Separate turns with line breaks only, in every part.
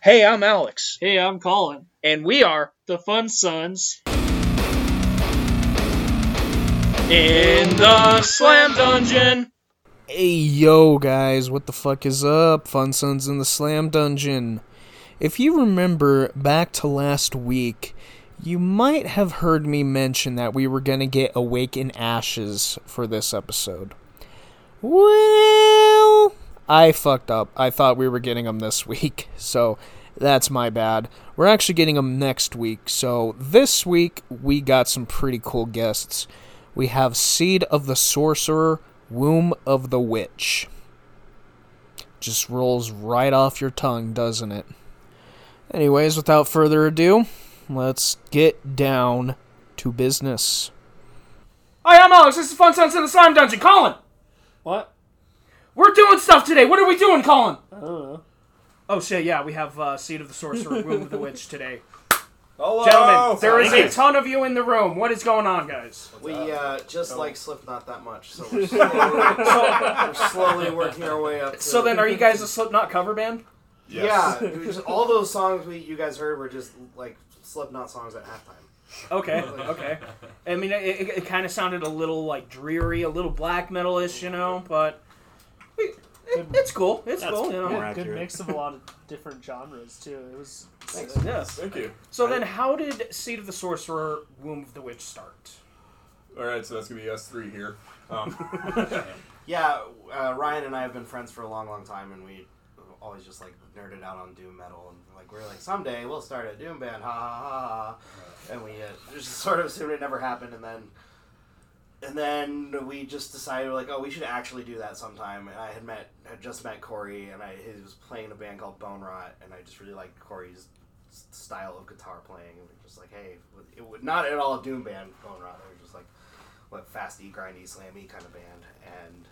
Hey, I'm Alex,
Hey, I'm Colin.
and we are
The Fun Sons.
in the Slam Dungeon.
Hey yo guys, what the fuck is up? Fun Sons in the Slam Dungeon. If you remember back to last week, you might have heard me mention that we were gonna get Awake in Ashes for this episode. Well, I fucked up. I thought we were getting them this week, so that's my bad. We're actually getting them next week, so this week we got some pretty cool guests. We have Seed of the Sorcerer, Womb of the Witch. Just rolls right off your tongue, doesn't it? Anyways, without further ado, let's get down to business.
Hi, I'm Alex. This is Fun Sons in the Slime Dungeon. Colin,
What?
we're doing stuff today. What are we doing, Colin?
I don't know.
Oh shit, yeah, we have uh, Seed of the Sorcerer, Room of the Witch today.
Hello.
Oh,
Gentlemen, there is a ton of you in the room. What is going on, guys?
We uh, just
Oh.
like Slipknot that much, so we're slowly, we're slowly working our way up. To,
So then, are you guys a Slipknot cover band?
yeah, it was just- all those songs we you guys heard were just like Slipknot songs at halftime.
Okay, okay. I mean, it, it, it kind of sounded a little like dreary, a little black metal-ish, you know, but we, it, it's cool. It's cool, you know.
Good, mix of a lot of different genres too. It was.
Yeah.
Thank you.
So then, how did Seed of the Sorcerer, Womb of the Witch start?
All right, so that's gonna be us three here. Um,
Yeah, uh, Ryan and I have been friends for a long, long time, and we always just like nerded out on doom metal, and like we're like someday we'll start a doom band, ha ha ha, ha. and we uh, just sort of assumed it never happened, and then. And then we just decided, like, oh, we should actually do that sometime. And I had met, had just met Corey, and I he was playing in a band called Bone Rot, and I just really liked Corey's s- style of guitar playing. And we are just like, hey, it would not at all a doom band, Bone Rot. They were just like, what E, fasty, grindy, slammy kind of band. And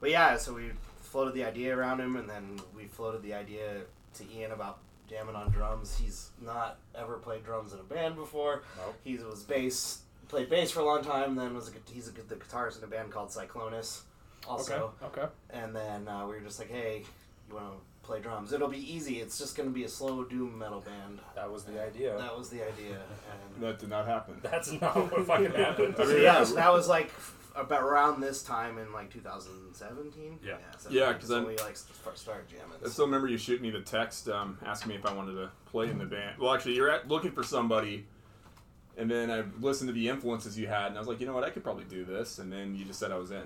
but yeah, so we floated the idea around him, and then we floated the idea to Ian about jamming on drums. He's not ever played drums in a band before.
Nope.
He was bass, played bass for a long time. Then was a, gu- he's a, gu- the guitarist in a band called Cyclonus, also.
okay.
And then uh, we were just like, hey, you want to play drums? It'll be easy. It's just going to be a slow doom metal band.
That was the idea.
That was the idea. And
that did not happen.
That's not Oh, what fucking happened.
So yeah, so that was like about around this time in like 2017.
Yeah.
Yeah, 'cause
so
I'm-
we like st- started jamming.
I still remember you shooting me the text um, asking me if I wanted to play in the band. Well, actually, you're at, looking for somebody, and then I listened to the influences you had, and I was like, you know what, I could probably do this. And then you just said I was in,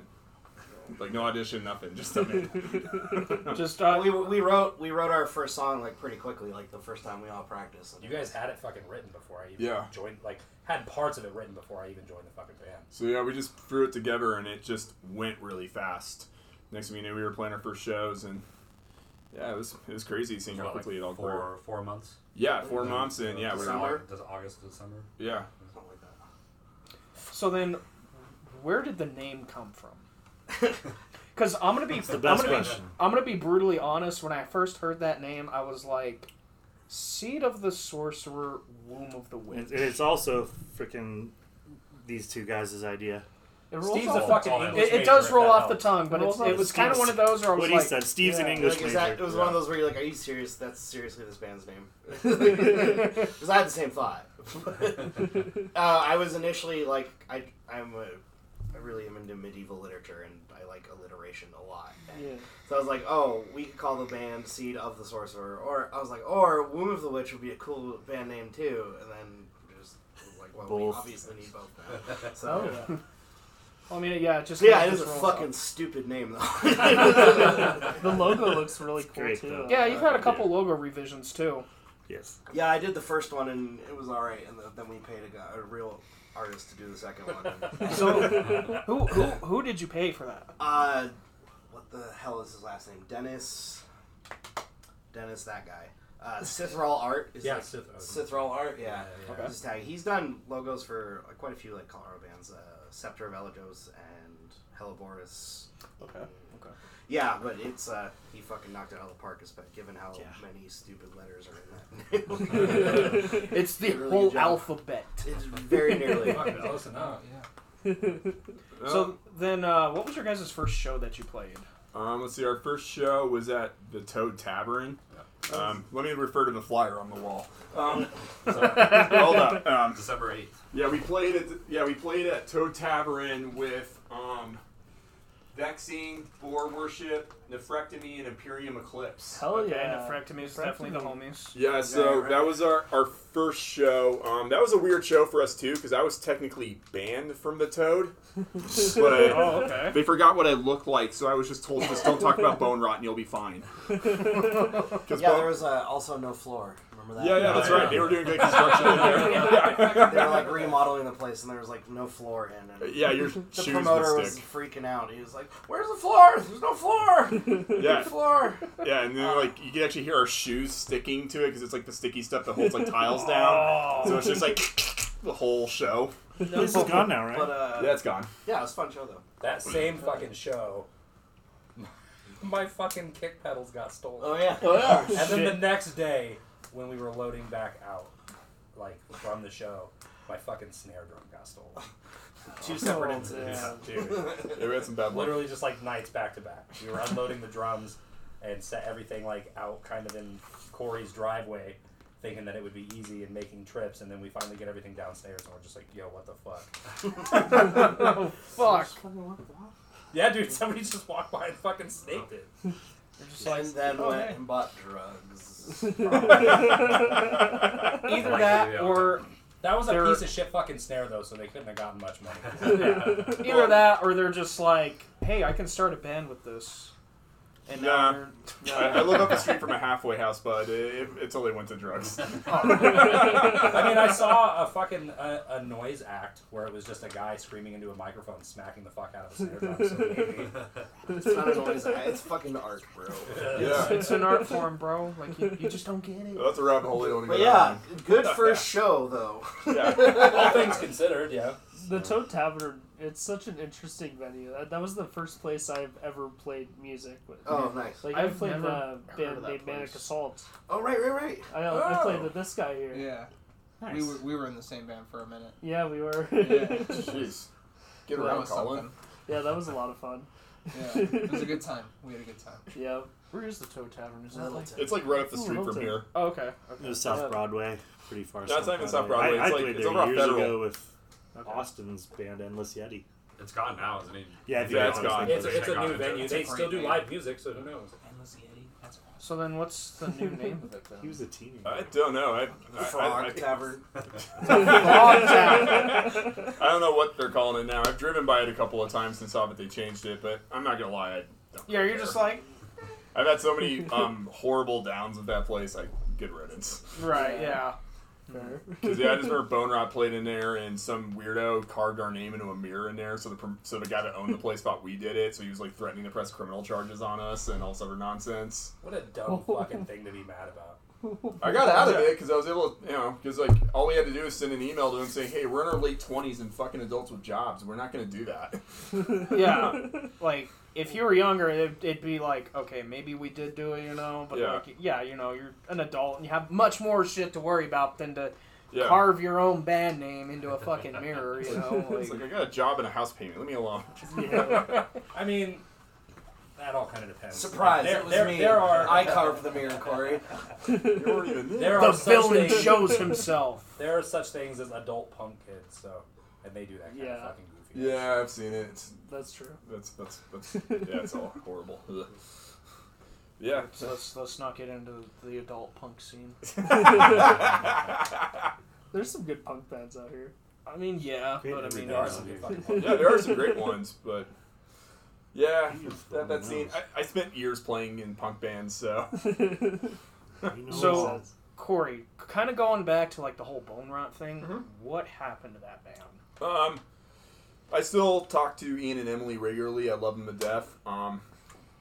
like no audition, nothing, just I'm in.
Just
Well,
uh,
we, we wrote we wrote our first song like pretty quickly, like the first time we all practiced.
You guys had it fucking written before I even
Yeah.
joined. Like, had parts of it written before I even joined the fucking band.
So yeah, we just threw it together and it just went really fast. Next thing we knew, we were playing our first shows and yeah, it was it was crazy seeing how quickly it all
four
grew.
four months.
Yeah, four months and yeah, we're
December.
like,
Does August to December?
yeah.
Something like that.
So then, where did the name come from? Because I'm gonna be,
the
I'm
best
gonna be,
question.
I'm gonna be brutally honest. When I first heard that name, I was like, "Seed of the Sorcerer, Womb of the Witch."
And it's also freaking these two guys' idea.
It rolls
Steve's
off
a
the
fucking
tongue.
English
It, it
major,
does
if
roll
that
off the
helps.
tongue, but it's,
rolls off
it was
the tongue.
kind of one of those where I was
What he
like,
said. Steve's an
yeah,
English
Like,
major.
is that, it was one of those where you're like, "Are you serious? That's seriously this band's name." Because I had the same thought. uh, I was initially like, I I'm a, I really am into medieval literature and I like alliteration a lot. So I was like, oh, we could call the band Seed of the Sorcerer, or I was like, or Womb of the Witch would be a cool band name too. And then just was like, well,
Both.
we obviously need both now. So
Oh. Well, I mean, yeah, it just
yeah, it
just
is a
rolls
fucking
off.
stupid name though.
The logo looks really cool
great,
too.
though.
Yeah, you've had a couple logo revisions too.
Yes.
yeah, I did the first one and it was all right, and the, then we paid a, guy, a real artist to do the second one.
So, who who who did you pay for that?
uh, what the hell is his last name? Dennis. Dennis, that guy. Uh, Cithrall Art is
Yeah,
like-
Sith- uh,
Cithrall Art, yeah.
yeah,
Okay.
This is tag. He's done logos for uh, quite a few like Colorado bands, uh, Scepter of Elagos and Helleborus.
Okay. Okay.
Yeah, but it's uh, he fucking knocked it out of the park, espe- given how many stupid letters are in that. name.
It's the
Really good
whole
job.
alphabet.
it's very nearly.
Fucking close enough.
Oh,
So then, uh, what was your guys' first show that you played?
Um, let's see. Our first show was at the Toad Tavern. Um, let me refer to the flyer on the wall. Um, hold up. Um,
December eighth.
yeah, we played at yeah we played at Toe Tavern with um, Vexing, Boar Worship, Nephrectomy, and Imperium Eclipse.
Oh,
Hell
Okay,
yeah.
Nephrectomy is definitely the homies.
Yeah, so
Yeah, right.
that was our, our first show. Um, that was a weird show for us too because I was technically banned from the Toad, but
Oh, okay.
they forgot what I looked like, so I was just told just don't talk about bone rot and you'll be fine. 'Cause
Yeah,
bone-
there was uh, also no floor. Remember that?
yeah, yeah, that's
Yeah,
right.
yeah.
They were doing good construction in there. Yeah,
They were like remodeling the place, and there was like no floor in
Uh,
it.
yeah your
The
shoes
promoter
would
was
stick.
freaking out. He was like, "Where's the floor? There's no floor.
Yeah,
floor."
yeah, and then like you can actually hear our shoes sticking to it because it's like the sticky stuff that holds like tiles down. So it's just like the whole show.
This is gone now, right?
But uh,
Yeah, it's gone.
yeah, it was a fun show though.
That same fucking show. My fucking kick pedals got stolen.
Oh yeah.
and then the next day, when we were loading back out, like from the show, my fucking snare drum got stolen.
Two separate
Oh,
incidents.
damn.
Dude,
Yeah, we had some bad luck.
literally just like nights back to back. We were unloading the drums and set everything like out kind of in Corey's driveway, thinking that it would be easy and making trips. And then we finally get everything downstairs, and we're just like, "Yo, what the fuck?"
Fuck.
Yeah, dude, somebody just walked by and fucking snaked it.
and then went and bought drugs.
Either
Like
that
the, uh,
or that was a
they're-
piece of shit fucking snare though, so they couldn't have gotten much money.
Either that, or they're just like, "Hey, I can start a band with this." And
Nah.
now they're-
I, I live up the street from a halfway house, but it, it's only went to drugs.
I mean, I saw a fucking uh, a noise act where it was just a guy screaming into a microphone, smacking the fuck out of a snare drum. So maybe-
It's not a noise. It's fucking art, bro.
Yeah,
it's an art form, bro. Like you, you just don't get it.
that's a rabbit hole. They don't even
But
go
yeah,
down.
good first show though.
Yeah.
all things considered, yeah.
The Toad Tavern. It's such an interesting venue. That, that was the first place I've ever played music with.
Oh, nice.
Like
I've
I played
never
the
heard
band
of that
named Manic
place.
Assault.
Oh right, right, right.
I, I played with this guy here.
Yeah. We were we were in the same band for a minute.
Yeah, we were.
Yeah.
Jeez. Get
That
around,
was
Colin.
Yeah, that was a lot of fun.
something. Yeah. It was a good time. We had a good time.
Yeah. Where is the Toad Tavern? Is that like?
It's like right up the
Ooh,
street from
Littleton.
here.
Oh, okay.
It
Okay.
was South
Yeah.
Broadway, pretty far.
No, it's not even South Broadway,
I,
it's
I
like-
played
it's
there
over on
years
Federal.
ago with
Okay.
Austin's band Endless Yeti.
It's gone now, isn't it?
Yeah, I think
Yeah,
they
it's
honestly
gone.
played
It's a,
there.
it's a new venue. They
It's a
still do
great
live music, so who knows?
So then, what's the new name of it then?
He was a teenager.
I don't know. I, I,
Frog
I, I,
Tavern.
I don't know what they're calling it now. I've driven by it a couple of times and saw that they changed it, but I'm not gonna lie. I don't
Yeah, you're
care.
just like,
I've had so many um, horrible downs with that place. I good riddance.
right, yeah.
Fair.
'Cause, yeah, I just remember Bone Rot played in there, and some weirdo carved our name into a mirror in there. So the prom- so the guy that owned the place thought we did it. So he was like threatening to press criminal charges on us and all this other nonsense.
What a dumb fucking thing to be mad about.
I got out of it because I was able to, you know, because like all we had to do is send an email to them saying, "Hey, we're in our late twenties and fucking adults with jobs. We're not going to do that."
Yeah. like, if you were younger, it'd, it'd be like, okay, maybe we did do it, you know? But,
Yeah.
like, yeah, you know, you're an adult and you have much more shit to worry about than to
Yeah,
carve your own band name into a fucking mirror, you know?
it's
Like,
like I got a job and a house payment. Leave me alone.
I mean, that all kind of depends.
Surprise!
There,
it was
there,
me.
There are
I carved the mirror, Corey.
You weren't even there.
there are
the
such
villain
things,
shows himself.
There are such things as adult punk kids, so and they do that kind of
Yeah.
fucking goofy.
Yeah, I've seen it. It's,
That's true.
that's that's that's yeah, it's all horrible. Ugh. Yeah.
So let's let's not get into the adult punk scene. There's some good punk bands out here.
I mean, yeah,
Great
but I
memory
mean,
there.
it's-
Some good
Yeah.
fucking
yeah, there are some great ones, but yeah,
He was
that, that
the
scene.
most.
I, I spent years playing in punk bands, so
You know
So-
all.
Corey, kind of going back to like the whole bone rot thing, what happened to that band?
um, I still talk to Ian and Emily regularly. I love them to death. Um,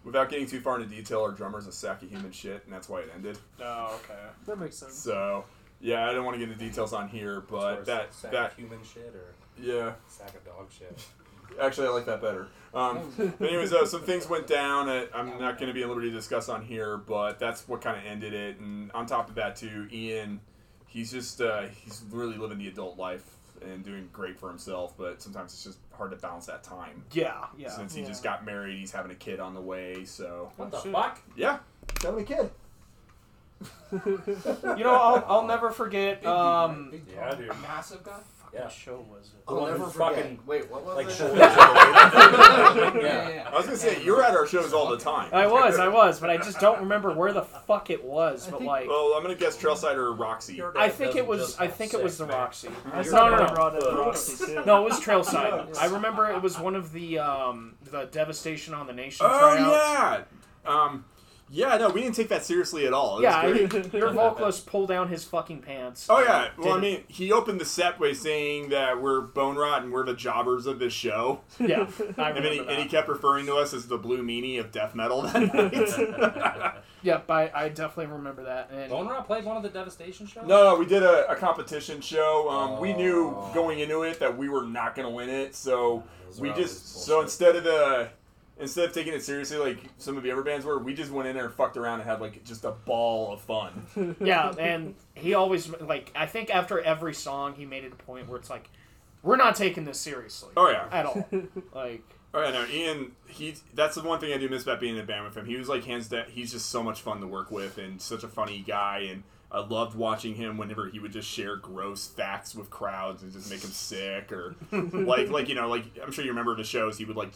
without getting too far into detail, our drummer's a sack of human shit, and that's why it ended.
Oh, okay.
That makes sense.
So yeah, I don't want to get into details on here, but
But
that
sack
that
of human shit or
yeah.
sack of dog shit.
Oh,
Actually, I like that better. Um, but anyways, uh, some things went down. That I'm not going to be at liberty to discuss on here, but that's what kind of ended it. And on top of that, too, Ian, he's just uh, he's really living the adult life and doing great for himself. But sometimes it's just hard to balance that time
Yeah, yeah.
since he
Yeah.
just got married. He's having a kid on the way, so
What the fuck?
yeah, he's having a kid.
You know, I'll, I'll never forget.
Big dude, right?
Um,
Big
yeah,
tall,
dude.
Massive guy.
Yeah.
What show was it?
The
I'll
one
never
who
forget.
fucking,
Wait, what was
Like
it?
shoulders away.
Yeah,
yeah.
yeah.
I was gonna say you're at our shows all the time.
I was, I was, but I just don't remember where the fuck it was.
I
But
think-
like,
Well, I'm gonna guess Trailside or Roxy.
I think it was. I think it was the Roxy.
I
No,
saw
no,
no,
no.
brought up Roxy too.
No, it was Trailside. I remember it was one of the um the Devastation on the Nation
Oh
tryouts.
yeah. Um, yeah. No, we didn't take that seriously at all. It was
Yeah, I
great.
your vocalist pulled down his fucking pants.
Oh yeah. Well, I
Did-
mean, he opened the set by saying that we're bone rot and we're the jobbers of this show,
yeah. I
and then he,
remember
and he
that.
kept referring to us as the blue meanie of death metal. That night.
Yep, I, I definitely remember that. And
Bone Rot played one of the Devastation shows.
no, no, we did a, a competition show. Um, We knew
Oh.
going into it that we were not going to win it, so
Those
we
are
just
always
so
bullshit.
instead of the instead of taking it seriously like some of the other bands were, we just went in there and fucked around and had like just a ball of fun.
yeah, and he always like I think after every song he made it a point where it's like, we're not taking this seriously
Oh yeah.
at all. Like
Oh yeah, no, Ian. He that's the one thing I do miss about being in a band with him. He was like hands down. He's just so much fun to work with and such a funny guy. And I loved watching him whenever he would just share gross facts with crowds and just make them sick or like like you know like I'm sure you remember the shows. He would like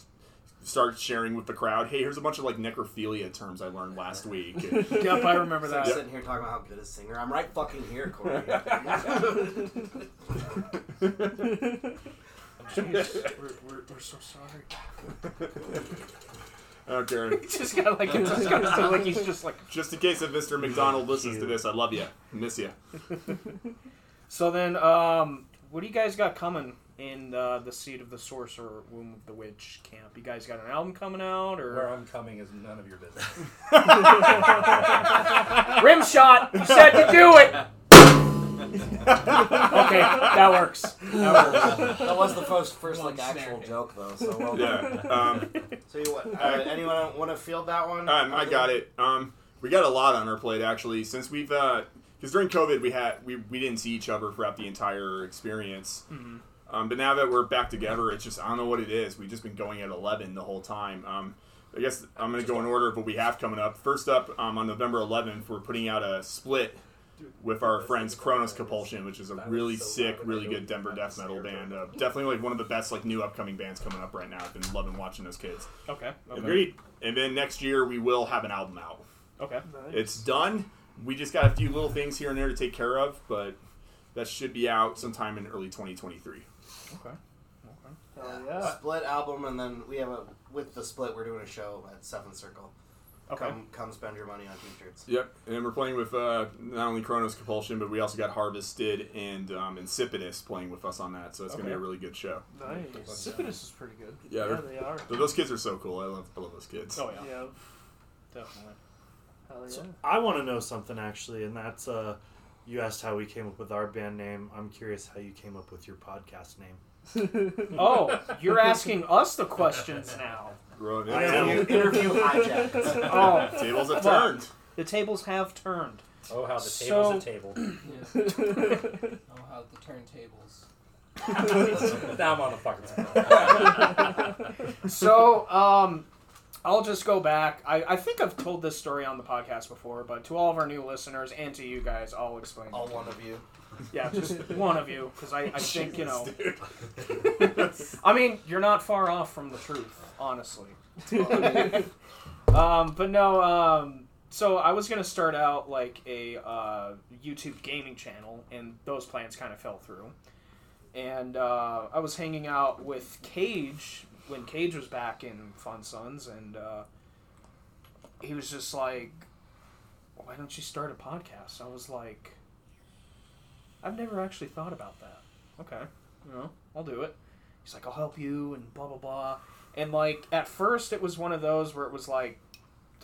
start sharing with the crowd. Hey, here's a bunch of like necrophilia terms I learned last week. And-
yep, I remember
I'm
that.
sitting here talking about how good a singer. I'm right fucking here, Corey.
We're, we're, we're so sorry.
okay.
He just got like it just got so like he's just like
Just in case if Mr. McDonald listens to this, I love you. Miss you.
So then, um, what do you guys got coming in uh, the Seed of the Sorcerer, Womb of the Witch camp? You guys got an album coming out or
Where I'm coming is none of your business.
Rimshot? You said to do it. okay, that works.
that was the first, first
One
like actual
snare.
joke though. So well done.
Yeah. Um,
So you what? Uh, anyone want to field that one?
Um, I got it. Um, we got a lot on our plate actually, since we've because during COVID we had we, we didn't see each other throughout the entire experience. Um, but now that we're back together, it's just I don't know what it is. We've just been going at eleven the whole time. Um, I guess I'm gonna go in order of what we have coming up. First up, um, on November 11th, we're putting out a split with our friends Kronos Compulsion, which is a really sick, really good Denver death metal band. Uh, definitely like one of the best like new upcoming bands coming up right now. I've been loving watching those kids.
Okay. okay.
Agreed. And then next year we will have an album out.
Okay.
It's done. We just got a few little things here and there to take care of, but that should be out sometime in early 2023.
Hell yeah.
Uh, Split album, and then we have a with the split. We're doing a show at Seventh Circle.
Okay.
Come, come spend your money on t-shirts.
Yep. And then we're playing with uh, not only Chronos Compulsion, but we also got Harvested and um, Insipidus playing with us on that. So it's gonna be a
Okay.
really good show.
Nice.
Sippin'
is pretty good.
Yeah.
Yeah,
they're-
they are.
But those kids are so cool. I love, I love those kids.
Oh yeah,
Yeah.
definitely.
Hell yeah.
So I want to know something actually, and that's uh, you asked how we came up with our band name. I'm curious how you came up with your podcast name.
Oh, you're asking us the questions now.
Bro,
I
yeah.
am-
Interview, interview hijacked.
Oh,
Tables have
Well,
turned.
the tables have turned.
Oh, how the
So-
table's a table.
Yeah. oh, how the turntables.
now I'm on the fucking
so um, I'll just go back. I, I think I've told this story on the podcast before, but to all of our new listeners and to you guys, I'll explain.
All one of you.
Yeah, just one of you, because I, I think you know.
Dude.
I mean, you're not far off from the truth, honestly. um, but no, um, so I was gonna start out like a uh, YouTube gaming channel, and those plans kind of fell through. And uh, I was hanging out with Cage when Cage was back in Fun Sons, and uh, he was just like, "Why don't you start a podcast?" I was like, "I've never actually thought about that." Okay, you know, I'll do it. He's like, I'll help you, and blah, blah, blah. And, like, at first, it was one of those where it was like,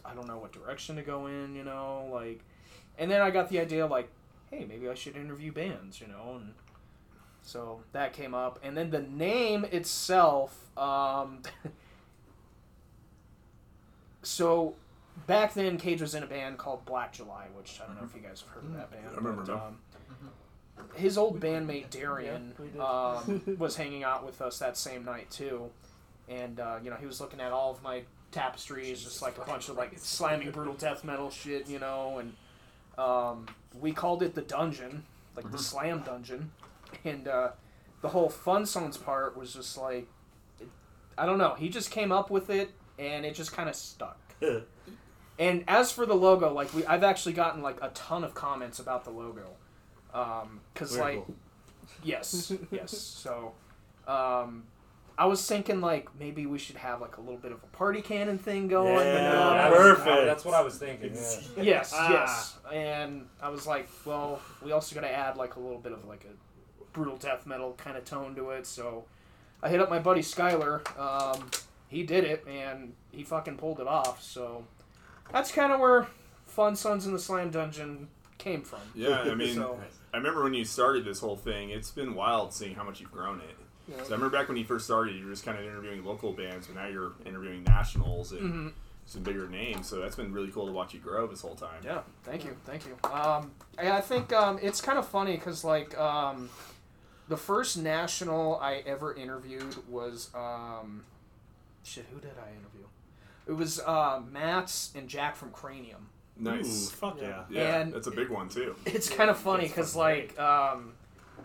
I don't know what direction to go in, you know? Like, and then I got the idea, like, hey, maybe I should interview bands, you know? And so that came up. And then the name itself, um, so back then, Cage was in a band called Black July, which I don't know if you guys have heard of that band.
Mm-hmm. I remember
but,
them.
um, his old bandmate Darian
Yeah, we did.
um, was hanging out with us that same night too, and uh, you know he was looking at all of my tapestries, just like a bunch of like slamming brutal death metal shit, you know, and Um, we called it the dungeon, like the slam dungeon, and uh, the whole fun zones part was just like, it, I don't know. He just came up with it, and it just kind of stuck. and as for the logo, like we, I've actually gotten like a ton of comments about the logo, because
Very
like,
cool.
yes, yes. So, um, I was thinking like maybe we should have like a little bit of a party cannon thing going. um, you
Yeah,
know?
I was- I-
perfect.
that's what I was thinking. Yeah.
Yes,
Ah.
yes. And I was like, well, we also got to add like a little bit of like a brutal death metal kind of tone to it. So I hit up my buddy Skyler. Um, he did it and he fucking pulled it off. So that's kind of where Fun Sons in the Slam Dungeon came from.
Yeah, I mean,
So-
I remember when you started this whole thing. It's been wild seeing how much you've grown it.
Yeah.
So I remember back when you first started, you were just kind of interviewing local bands, but now you're interviewing nationals and some bigger names. So that's been really cool to watch you grow this whole time.
Yeah, thank you, thank you. Um, I, I think um, it's kind of funny because like um, the first national I ever interviewed was um, shit. Who did I interview? It was uh, Matts and Jack from Cranium.
Nice.
Ooh, fuck yeah.
Yeah,
And-
that's a big one too.
It's kind of funny because like um,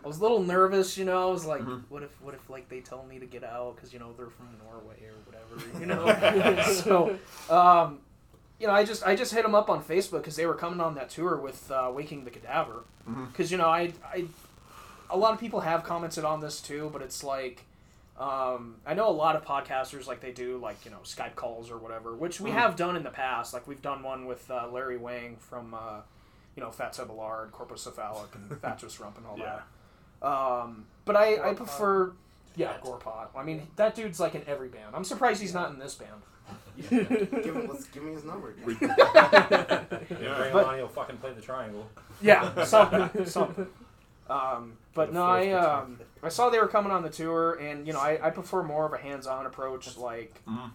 I was a little nervous, you know. I was like,
Mm-hmm.
Mhm.
what if what if like they tell me to get out because you know they're from Norway or whatever, you know. so. Um, you know, I just I just hit them up on Facebook because they were coming on that tour with uh, Waking the Cadaver. Because you know, I, I a lot of people have commented on this too, but it's like um, I know a lot of podcasters like they do like you know Skype calls or whatever, which we have done in the past. Like we've done one with uh, Larry Wang from uh, you know Fat Sobalar and Corpocephalic and Fatuous Rump and all
Yeah.
that. Um, but I, I
Gorepot.
prefer. Yeah, Gorepot. I mean, that dude's like in every band. I'm surprised he's not in this band.
Give, him- let's give me his number. dude.
Yeah,
Yeah.
Bring
But-
him on, he'll fucking play the triangle.
Yeah, something, something. Um, but
The
no,
fourth
I um,
between.
I saw they were coming on the tour, and you know, I, I prefer more of a hands-on approach. Like,
Mhm.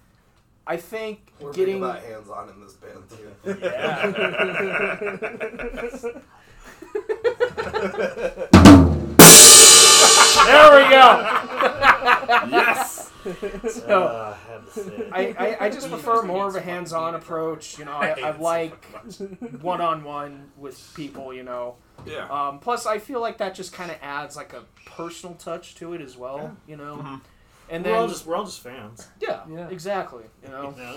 I think
We're big
getting
about hands on in this band too.
there we go.
yes.
No.
Uh, I had to say.
I, I, I just prefer more of a hands-on approach. You know, I, I like one-on-one with people. You know,
Yeah.
Um, plus, I feel like that just kind of adds like a personal touch to it as well, you know.
Mhm.
And
we're
then,
all just we're all just fans.
yeah,
Yeah.
exactly, you know.
Yeah.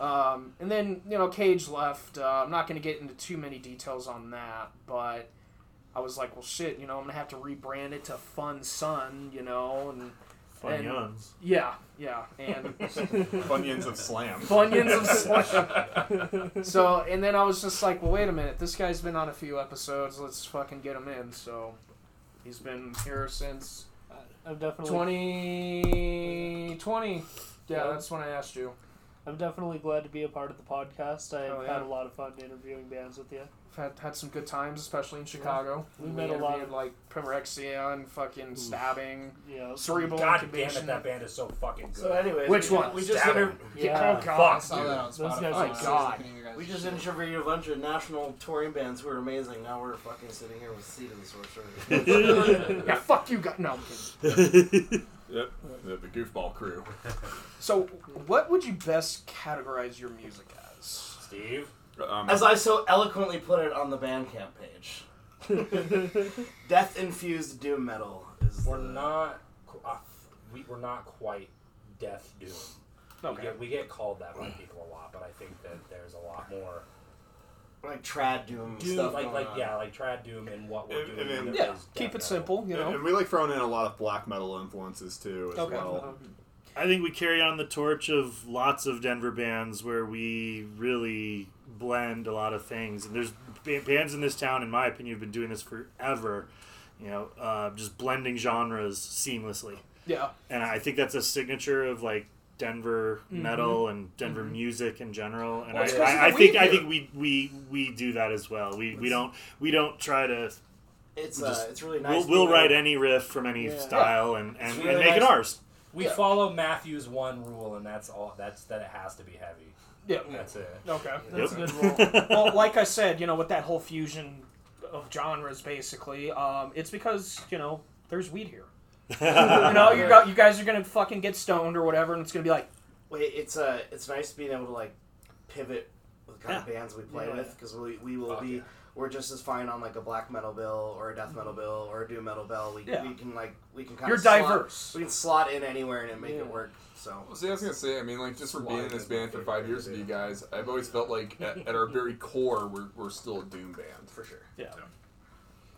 Um, and then you know, Cage left. Uh, I'm not going to get into too many details on that, but I was like, well, shit, you know, I'm gonna have to rebrand it to Fun Sun, you know, and
Fun
And-
Yuns.
yeah, yeah, and
Funyuns of Slam.
Funyuns of Slam. so, and then I was just like, well, wait a minute, this guy's been on a few episodes. Let's fucking get him in. So, he's been here since
I'm definitely
2020. Yeah, that's when I asked you.
I'm definitely glad to be a part of the podcast. I've
Oh, yeah.
had a lot of fun interviewing bands with you.
I've had, had some good times, especially in Chicago.
We met a lot of-
interviewed, like Primorexia and fucking stabbing,
Yeah.
cerebral
God damn
incubation.
it, that band is so fucking good.
So, anyways,
Which
we,
one?
We just
Stab
inter-
Yeah.
Oh god,
I saw that on
Those guys
Spotify.
are
I was
God.
looking at your guys'
we just
shit.
interviewed a bunch of national touring bands who were amazing. Now we're fucking sitting here with Seed of the Sorcerer.
yeah, fuck you, guys. No. I'm kidding.
Yep. The, the goofball crew.
So, what would you best categorize your music as?
Steve?
Um,
As I so eloquently put it on the Bandcamp page, death infused doom metal is
We're
the-
not. qu- Uh, we, we're not quite death doom. We, get, we get called that by people a lot, but I think that there's a lot more
like trad doom,
doom,
stuff.
like
going
like
on.
yeah, like trad doom and what we're
And-
doing.
and then-
that
Yeah,
is death
keep
metal.
it simple, you know.
and we like throwing in a lot of black metal influences too, as
Okay.
well.
I think we carry on the torch of lots of Denver bands where we really blend a lot of things. And there's ba- bands in this town, in my opinion, have been doing this forever. You know, uh, just blending genres seamlessly,
Yeah.
and I think that's a signature of like Denver metal and Denver music in general.
Mm-hmm.
And
Well,
I,
it's 'cause
I, I
we
think I
do.
think we we we do that as well. We we don't we don't try to.
it's
We'll
uh,
just-
it's really nice.
We'll, we'll
being
write
able-
any riff from any
Yeah.
style and and,
really
and make it
nice-
ours.
We
Yeah.
follow Matthew's one rule, and that's all. That's that it has to be heavy.
Yeah.
That's it.
Okay.
That's
Yep.
a good rule.
well, like I said, you know, with that whole fusion of genres, basically, um, it's because you know there's weed here. you know, you got you guys are gonna fucking get stoned or whatever, and it's gonna be like,
Wait, it's uh, it's nice being able to like pivot with the kind of bands we play
Yeah.
with because we, we will
Fuck
be
yeah.
we're just as fine on like a black metal bill or a death metal
Mm-hmm.
bill or a doom metal bill. We,
Yeah.
we can like we can kind
You're
of slot,
diverse.
We can slot in anywhere and make
Yeah.
it work. So
See, I was gonna say, I mean, like, just for being in this band for five years with you guys, I've always felt like at, at our very core, we're, we're still a doom band.
for sure.
Yeah.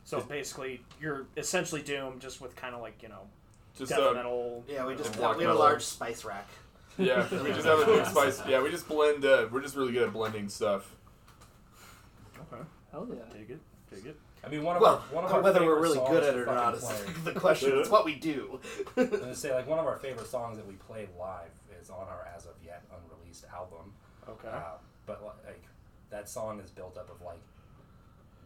So basically, you're essentially doomed, just with kind of like you know
Just
death
uh,
metal.
Yeah, we just
And black
we have a
metal.
large spice rack.
yeah, we just have a big spice. Yeah, we just blend. Uh, we're just really good at blending stuff.
Hell yeah.
Dig it, dig it.
I mean, one of
Well,
our one of our
whether
favorite
we're really
songs
good at
to
it or not
fucking
is
play-
the question. It's what we do.
I'm gonna say like one of our favorite songs that we play live is on our as of yet unreleased album.
Okay.
Uh, but li- like that song is built up of like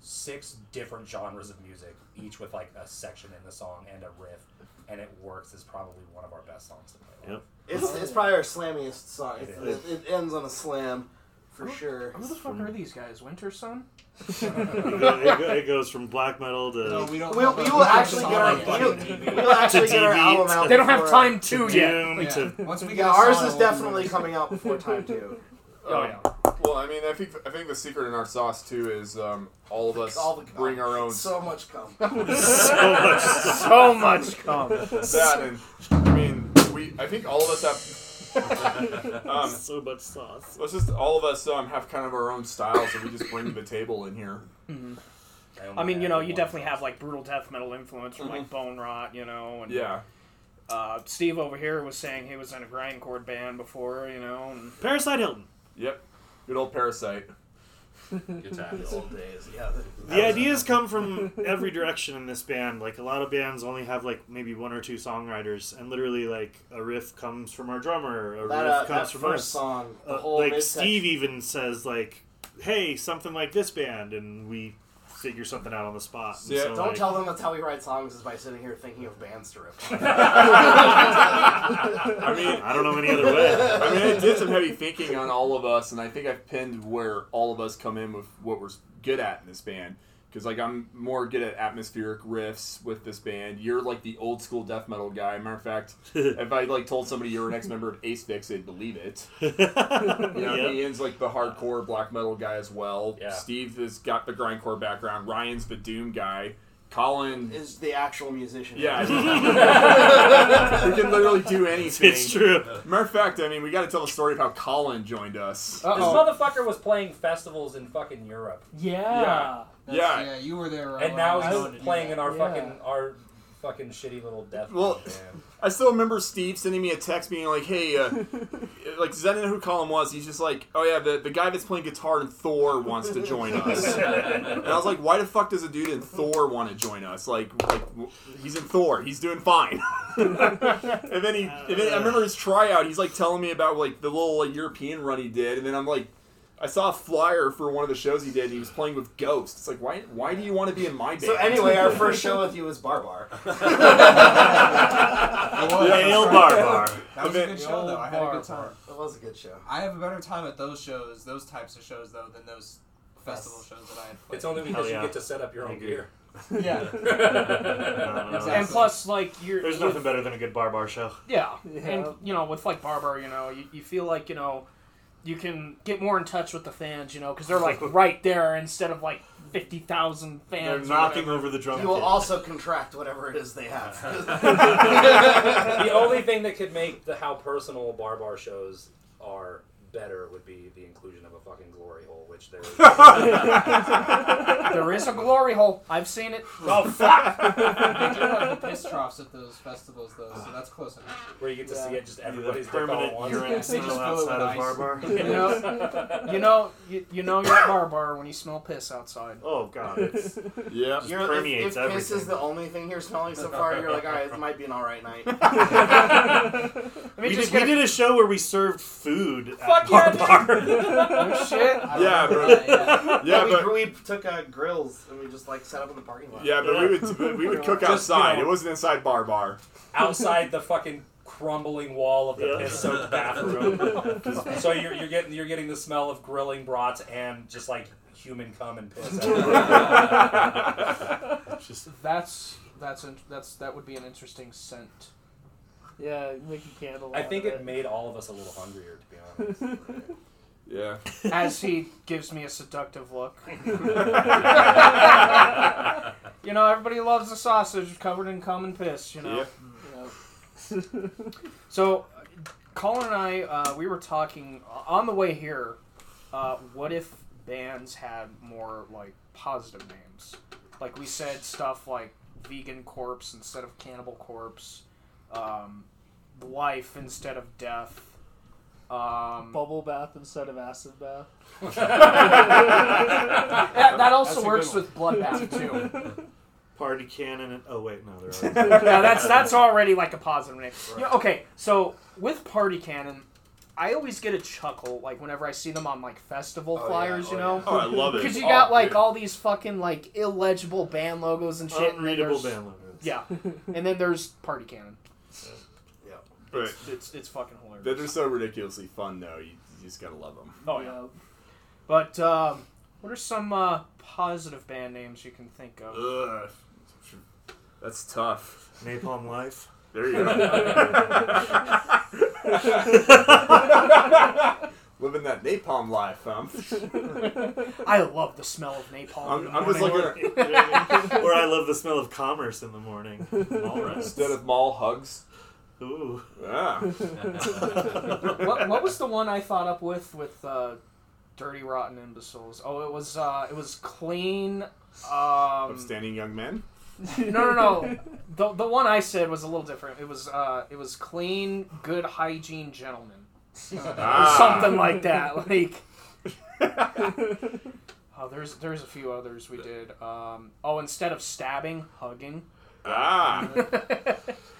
six different genres of music, each with like a section in the song and a riff, and it works. Is probably one of our best songs to play. live.
Yep.
It's, it's probably our slammiest song. It,
Oh.
it,
It is.
it ends on a slam, for sure.
Who the fuck are these guys? Winter Sun?
It go- it go- it goes from black metal to
we don't.
We'll, we will actually get our we'll, we'll actually get our
To
album out.
They
before-
to
doom to
Once we get
Yeah,
a
ours
song,
is
we'll-
definitely coming out before time too.
Oh yeah.
Well, I mean, I think I think the secret in our sauce too is um, all of us
All the
bring our own
So much cum.
so much stuff.
So much cum.
that, and I mean, we. I think all of us have. um,
so much sauce.
let's just all of us um, have kind of our own styles that we just bring to the table in here.
only
I mean, you
have
know,
the
you
one
definitely
song.
have like brutal death metal influence from
Mm-hmm.
like Bone Rot, you know, and
Yeah.
uh, Steve over here was saying he was in a grindcore band before, you know, and
Parasite Hilton.
Yep. Good old parasite.
Good times.
Old days, yeah.
The ideas come from every direction in this band. Like a lot of bands only have like maybe one or two songwriters, and literally like a riff comes from our drummer, a
That,
riff
uh, that
comes from us.
first song, the
Uh,
whole
like
midsection-
Steve even says like, "Hey, something like this band," and we figure something out on the spot. And
Yeah,
so,
Don't
like,
tell them that's how we write songs is by sitting here thinking of bands to rip. off.
I mean,
I don't know any other way.
I mean, I did some heavy thinking on all of us, and I think I've pinned where all of us come in with what we're good at in this band. Because like I'm more good at atmospheric riffs with this band. You're like the old school death metal guy. Matter of fact, if I like told somebody you're an ex member of Ace Fix, they'd believe it. You know,
Yep.
Ian's like the hardcore black metal guy as well.
Yeah.
Steve has got the grindcore background. Ryan's the doom guy. Colin,
is the actual musician.
yeah, we can literally do anything.
It's true.
Matter of fact, I mean, we got to tell the story of how Colin joined us.
This motherfucker was playing festivals in fucking Europe,
Yeah.
That's-
Yeah.
yeah, you were there.
and now
I was going
he's
to do
playing
that.
in our
Yeah.
fucking our fucking shitty little death.
Well,
metal band.
I still remember Steve sending me a text being like, hey, uh, like, does anyone know who Colin was? He's just like, oh yeah, the, the guy that's playing guitar in Thor wants to join us. and I was like, why the fuck does a dude in Thor want to join us? Like, like w- he's in Thor, he's doing fine. and then he, and then I remember his tryout, he's like telling me about like the little like, European run he did, and then I'm like, I saw a flyer for one of the shows he did, and he was playing with Ghost. It's like, why, why do you want to be in my band?
So anyway, our first show with you was Barbar.
It was.
Ale Bar Bar.
That was a good
The
show, though. I had a
Bar
good time.
It was a good show.
I have a better time at those shows, those types of shows, though, than those festival shows that I had played.
it's only because
yeah.
you get to set up your own
Agree.
gear.
yeah.
Uh,
Exactly.
and plus like you're
There's
with-
nothing better than a good Bar Bar show.
Yeah.
Yeah.
And, you know, with like Barber, you know, you, you feel like, you know, you can get more in touch with the fans, you know, because they're like right there instead of like 50,000 fans.
They're
or
knocking
whatever.
over the drum
You will
kit.
also contract whatever it is they have.
the only thing that could make the how personal bar bar shows are better would be the inclusion of a fucking glory hole, which there is.
there is a glory hole. I've seen it.
oh fuck!
They do have the piss troughs at those festivals, though, so that's close enough.
where you get to see it just
The
everybody's dick all at
permanent
once.
urine
They just
smell
fill it with
outside of
ice.
Bar Bar.
You know, you know, you, you know you're at Barbar when you smell piss outside.
Oh god, it's
Yeah.
You're, if-
permeates
if, piss is
everything.
the only thing you're smelling so far, you're like, all right, it might be an all right night.
I mean,
We
just
did,
get
we did a show where we served food
Fuck yeah,
at Bar Bar.
a Oh, shit.
I
Yeah, bro.
remember that, yeah.
Yeah,
we,
but
we took uh, grills and we just like set up in the parking lot.
Yeah, but we would but we would cook
Just, you
outside.
know-
it wasn't inside bar bar.
Outside the fucking crumbling wall of the
Yeah.
piss soaked bathroom. so you're, you're getting you're getting the smell of grilling brats and just like human cum and piss.
That's that's in, that's that would be an interesting scent.
Yeah, make a candle.
I
out
think
of
it made all of us a little hungrier, to be honest.
Yeah.
as he gives me a seductive look.
yeah.
You know, everybody loves a sausage covered in cum and piss. You know. So, uh, Colin and I, uh, we were talking uh, on the way here. Uh, what if bands had more like positive names? Like we said, stuff like Vegan Corpse instead of Cannibal Corpse, um, Life instead of Death. Um,
Bubble bath instead of acid bath.
that, that also
That's a
works
good
with Bloodbath too.
Party cannon. And, oh wait, no, they're already-
now that's that's already like a positive name. Yeah, okay, so with Party Cannon, I always get a chuckle like whenever I see them on like festival
Oh, yeah,
flyers,
oh,
you know.
Oh, I love it.
Because you
Oh,
got like
dude.
all these fucking like illegible band logos and shit. and then
unreadable
there's-
band logos.
Yeah, and then there's Party Cannon.
But
It's it's fucking hilarious.
they're just so ridiculously fun, though. You, you just gotta love them.
oh yeah. But um, what are some uh, positive band names you can think of?
Ugh. That's tough.
Napalm Life.
There you go. Living that napalm life, um.
I love the smell of napalm. in
I'm,
the
I'm just
morning.
looking at
or I love the smell of commerce in the morning. Walrus.
instead of mall hugs.
Ooh.
Yeah.
what, what was the one I thought up with with uh, dirty rotten imbeciles? Oh, it was uh, it was clean. Um,
Upstanding young men.
no, no, no. The, the one I said was a little different. It was uh, it was clean, good hygiene gentlemen, or
Ah.
something like that. Like, oh, there's there's a few others we did. Um, oh, instead of stabbing, hugging.
Ah.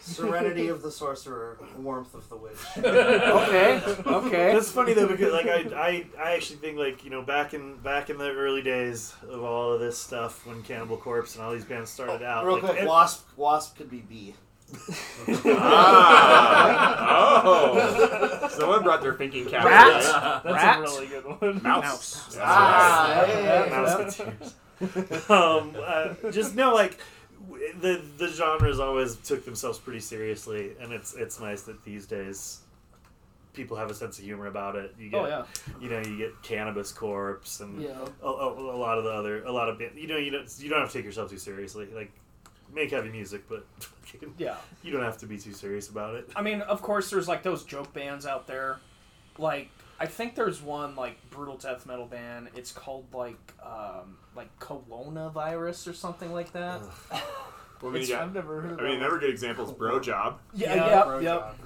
Serenity of the sorcerer, warmth of the witch.
Okay, okay.
That's funny though because like I, I I actually think like you know back in back in the early days of all of this stuff when Cannibal Corpse and all these bands started
Oh,
out.
Real
like,
quick,
it-
wasp. Wasp could be bee.
ah. Oh. Someone brought their thinking cap.
Rat?
Yeah.
That's
Rat?
a really good one.
Mouse.
Mouse.
That's
Ah,
right.
hey,
yeah,
hey,
yeah.
Mouseketeers. um, uh, just no, like w- the the genres always took themselves pretty seriously, and it's it's nice that these days people have a sense of humor about it. You get,
Oh yeah,
you know, you get Cannabis Corpse and
yeah.
a, a, a lot of the other, a lot of ban- you know, you don't you don't have to take yourself too seriously. Like make heavy music, but
Yeah.
you don't have to be too serious about it.
I mean, of course, there's like those joke bands out there. Like, I think there's one like brutal death metal band. It's called like um, like Corona Virus or something like that.
Well, I mean, you
I've
got,
never heard of
I mean,
that.
another good example is Bro Job.
Yeah,
Yeah,
yep,
Bro
yep.
Job.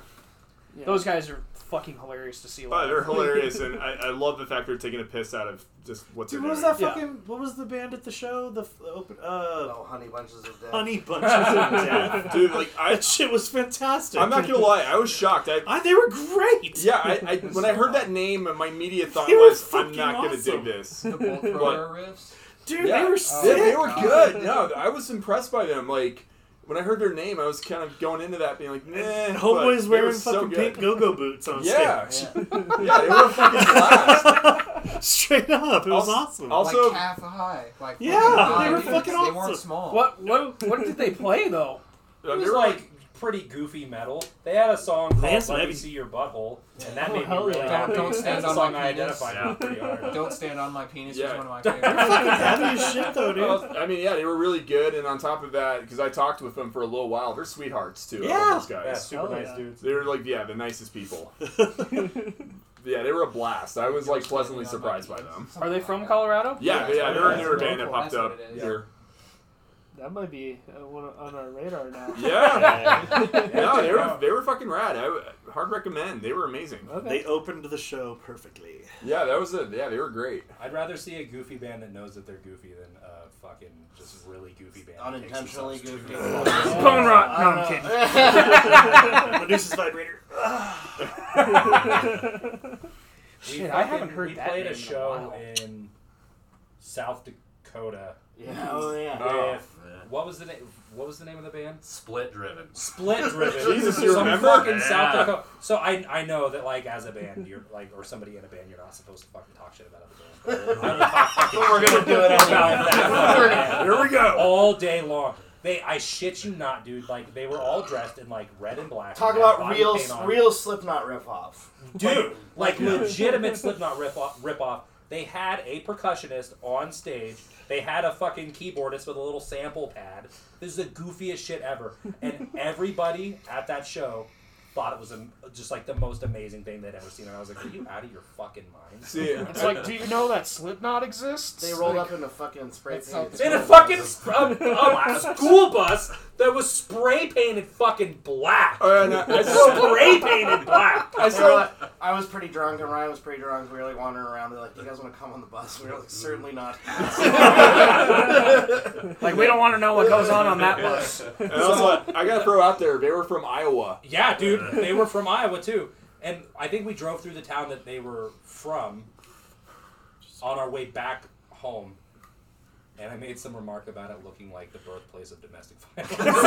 Yeah.
Those guys are fucking hilarious to see
Oh,
live.
they're hilarious, and I, I love the fact they're taking a piss out of just what
Dude,
they're
what was
doing.
that
Yeah.
fucking? What was the band at the show? The f- open uh,
Oh, honey bunches of death.
Honey Bunches of Death.
Dude, like I,
That shit was fantastic.
I'm not gonna lie, I was shocked. I,
I, they were great.
yeah, I, I when I heard that name, my immediate thought
They were
was, I'm
fucking
not
awesome.
gonna dig this.
The bolt thrower riffs.
dude,
Yeah.
they
Yeah,
were sick.
they were good. No, I was impressed by them. Like when I heard their name, I was kind of going into that being like, nah.
And
but
homeboys
they were
wearing
so
fucking
good.
pink go-go boots on
Yeah,
stage.
yeah, they were a fucking blast.
Straight up, it was
I'll-
awesome.
I'll- Also- uh,
like half high. Like
Yeah,
fucking
they
high
were
dudes.
fucking
They
awesome.
weren't small.
What what what did they play though?
They
It was
were
like pretty goofy metal. They had a song called
had some
"Let Me
heavy-
See Your Butthole," and that
Oh,
made me
hell
really
yeah.
happy.
Don't stand
That's a
on
song
my
I
penis.
identified with pretty hard.
Don't stand on my penis
Yeah.
was one of my
They were fucking
favorites.
heavy as shit though, dude.
Well, I mean, yeah, they were really good, and on top of that, because I talked with them for a little while, they're sweethearts too. I love
Yeah.
those
Yeah,
guys.
super
Hell
nice
yeah.
dudes.
They were like, yeah, the nicest people. Yeah, they were a blast. I was like pleasantly surprised by them.
Are they from Colorado?
Yeah, but yeah,
Yeah,
they're a
it's
newer band that
local,
popped
that's
up
what it is.
here.
That might be uh, one on our radar now.
Yeah, no, they were
Yeah.
they were fucking rad. I would- hard recommend. They were amazing.
They opened the show perfectly.
Yeah, that was it. Yeah, they were great.
I'd rather see a goofy band that knows that they're goofy than a fucking just really goofy band. that takes
Unintentionally
themselves
goofy.
too
Bone rot. No, I'm kidding.
kidding.
Medusa's vibrator.
We
Shit, I
fucking-
haven't heard
we
that
played
name
a
in a
show
while.
in South Dakota.
yeah, oh yeah.
Oh.
with- what was the name? What was the name of the band?
Split driven.
Split Driven.
Jesus, you
Some
remember?
fucking South
Yeah.
Dakota. So I I know that like as a band you're like or somebody in a band you're not supposed to fucking talk shit about other bands. I would talk fucking
We're gonna do it
shit
anyway.
about that fucking band
Here we go.
all day long. They, I shit you not, dude. Like they were all dressed in like red and black.
Talk
and had
about
body
real
paint on.
real Slipknot ripoff.
dude, like
Yeah.
legitimate Slipknot rip off. Rip off. They had a percussionist on stage. They had a fucking keyboardist with a little sample pad. This is the goofiest shit ever, and everybody at that show thought it was a, just like the most amazing thing they'd ever seen. And I was like, "Are you out of your fucking mind?"
See,
It's like, do you know that Slipknot exists?
They rolled
Like,
up in a fucking spray
That's
paint.
how-
In a fucking sp- a, a school bus that was spray painted fucking black.
Alright, now, I saw-
spray painted black.
Oh, I saw,
I was pretty drunk and Ryan was pretty drunk. We were like wandering around. They're like, "Do you guys want to come on the bus?" We were like, "Certainly not."
Like we don't want to know what goes on on that bus.
and also, I gotta throw out there, they were from Iowa.
Yeah, dude, they were from Iowa too, and I think we drove through the town that they were from on our way back home. And I made some remark about it looking like the birthplace of domestic violence.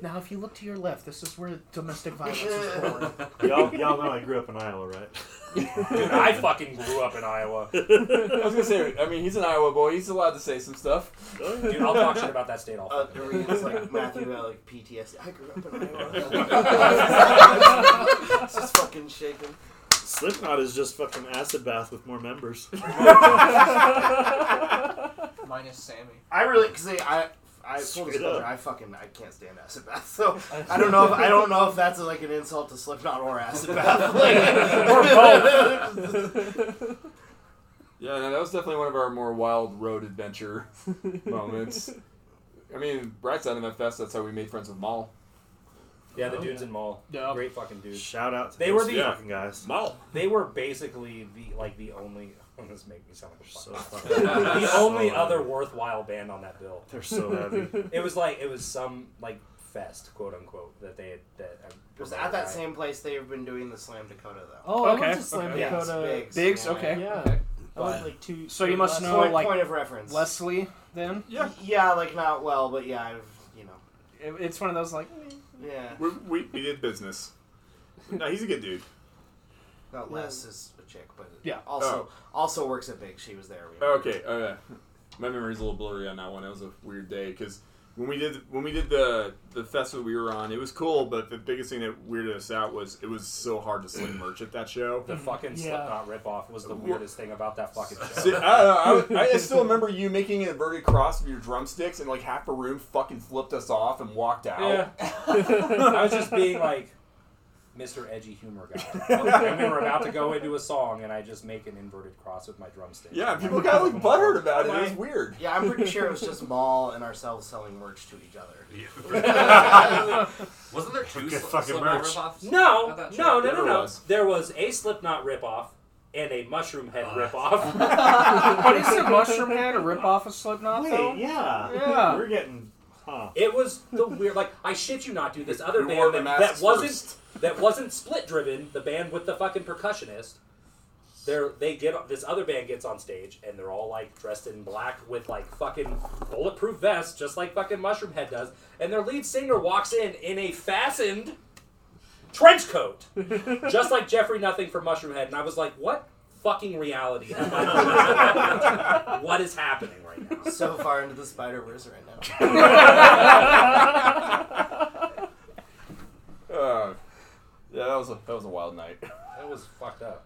Now, if you look to your left, this is where domestic violence is born.
Y'all, y'all know I grew up in Iowa, right?
Dude, I fucking grew up in Iowa.
I was gonna say, I mean, he's an Iowa boy. He's allowed to say some stuff.
Dude, I'll talk shit about that state all
Uh,
fucking day.
Doreen's like Matthew had like PTSD. I grew up in Iowa. it's just fucking shaking.
Slipknot is just fucking acid bath with more members.
Minus Sammy.
I really, cause they, I, I full
Straight
disclosure,
up.
I fucking I can't stand acid bath. So I don't know. If, I don't know if that's like an insult to Slipknot or acid bath. Like, or both.
Yeah, no, that was definitely one of our more wild road adventure moments. I mean, bright side of that fest, that's how we made friends with Maul.
Yeah, the dudes in Mall. Great fucking dudes.
Shout out to
They
those
were the-
fucking guys.
Maul.
They were basically the like the only. This make me sound like a
So
fucking-
fucking
the
so
only
heavy.
other worthwhile band on that bill.
They're so heavy.
It was like it was some like fest, quote unquote, that they had that. uh,
It was at that
right?
same place they've been doing the Slam Dakota though.
Oh, I
Okay.
went to Slam
Yeah, it's
Dakota.
Biggs.
Biggs,
Yeah.
okay.
Yeah,
Okay.
I went like two.
So you
two
must
last-
know-
Point,
like,
point of reference.
Leslie, then
Yeah.
Yeah, like not well, but yeah, I've you know.
It- it's one of those like
Yeah.
We, we, we did business. No, he's a good dude.
Not Les is a chick, but
Yeah.
also also works at Big. She was there. We
Okay, uh, my memory's a little blurry on that one. It was a weird day because when we did when we did the the fest that we were on, it was cool. But the biggest thing that weirded us out was it was so hard to sling merch at that show.
The fucking
Yeah.
Slipknot ripoff was the weirdest thing about that fucking
See,
show.
I, don't know, I, I still remember you making an inverted cross with your drumsticks, and like half the room fucking flipped us off and walked out.
Yeah. I was just being like Mr. Edgy Humor guy, and we were about to go into a song, and I just make an inverted cross with my drumstick.
Yeah, people got like butthurt about it. It was weird.
Yeah, I'm pretty sure it was just Maul and ourselves selling merch to each other.
Wasn't there two
Good
sl-
fucking
Slipknot
merch.
ripoffs?
No,
Not that
no, no,
true.
no,
There
no.
was.
There was a Slipknot ripoff and a Mushroom Head
Oh, that's-
ripoff.
what is it? Mushroom Head, a ripoff of Slipknot? though?
Wait, yeah.
Yeah.
We're getting. Huh.
It was the weird. Like I shit you not, dude. This other
We wore
band
the
that,
masks
that wasn't
first.
that wasn't split driven. The band with the fucking percussionist. They're, they get this other band gets on stage and they're all like dressed in black with like fucking bulletproof vests, just like fucking Mushroom Head does. And their lead singer walks in in a fastened trench coat, just like Jeffrey Nothing from Mushroom Head. And I was like, what fucking reality? have I- what is happening right now?
So far into the Spider Verse right now.
Uh, yeah, that was a that was a wild night.
That was fucked up.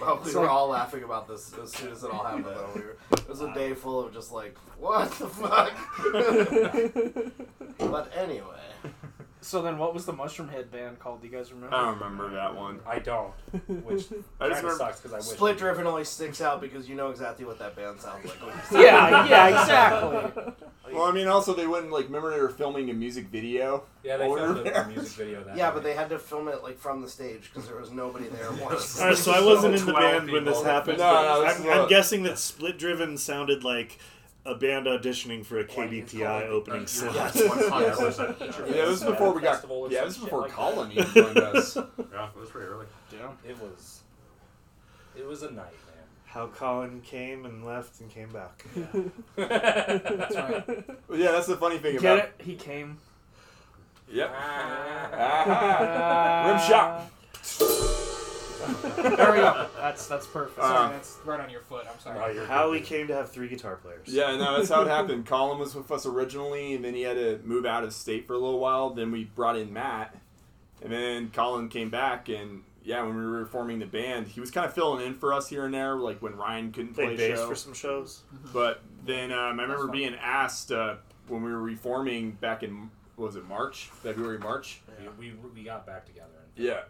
Well, we were all laughing about this as soon as it all happened. Though. We were, it was a day full of just like, what the fuck? but anyway,
So then, what was the Mushroom Head band called? Do you guys remember?
I don't remember that one.
I don't,
I
which kind
just
of
remember.
sucks because I wish.
Split Driven only sticks out because you know exactly what that band sounds like. when you say it.
yeah, Uh, yeah, exactly.
Well, I mean, also they wouldn't like. Remember they were filming a music video.
Yeah, they
while we were
filmed
there?
a music video that.
Yeah,
night.
but they had to film it like from the stage because there was nobody there.
All right, so I wasn't in the
12
band when this
people.
happened.
No, no,
but
this
I'm,
is
I'm
a-
guessing that Split Driven sounded like a band auditioning for a KBPI opening set.
Yeah, it's 100%. Yeah,
Yeah, this is
Yeah,
before we
the
got.
festival or
Yeah,
some
this is
shit
before
like that.
Colin even joined us.
Yeah, it was pretty early.
It was. It was a night,
How Colin came and left and came back.
man. That's
But yeah, that's the funny thing
Get
about.
it? He came.
Ah.
Ah.
Yep. Aha. Rim shot.
There we go. That's that's perfect.
Uh,
Sorry, that's right on your foot. I'm sorry.
No, you're
How we
good.
came to have three guitar players.
Yeah, no, that's how it happened. Colin was with us originally, and then he had to move out of state for a little while. Then we brought in Matt, and then Colin came back, and yeah, when we were forming the band, he was kind of filling in for us here and there, like when Ryan couldn't play
Played
a
bass
show.
for some shows.
But then um, I remember
fun.
being asked uh, when we were reforming back in what was it March, February, March.
We, we, we got back together.
Yeah.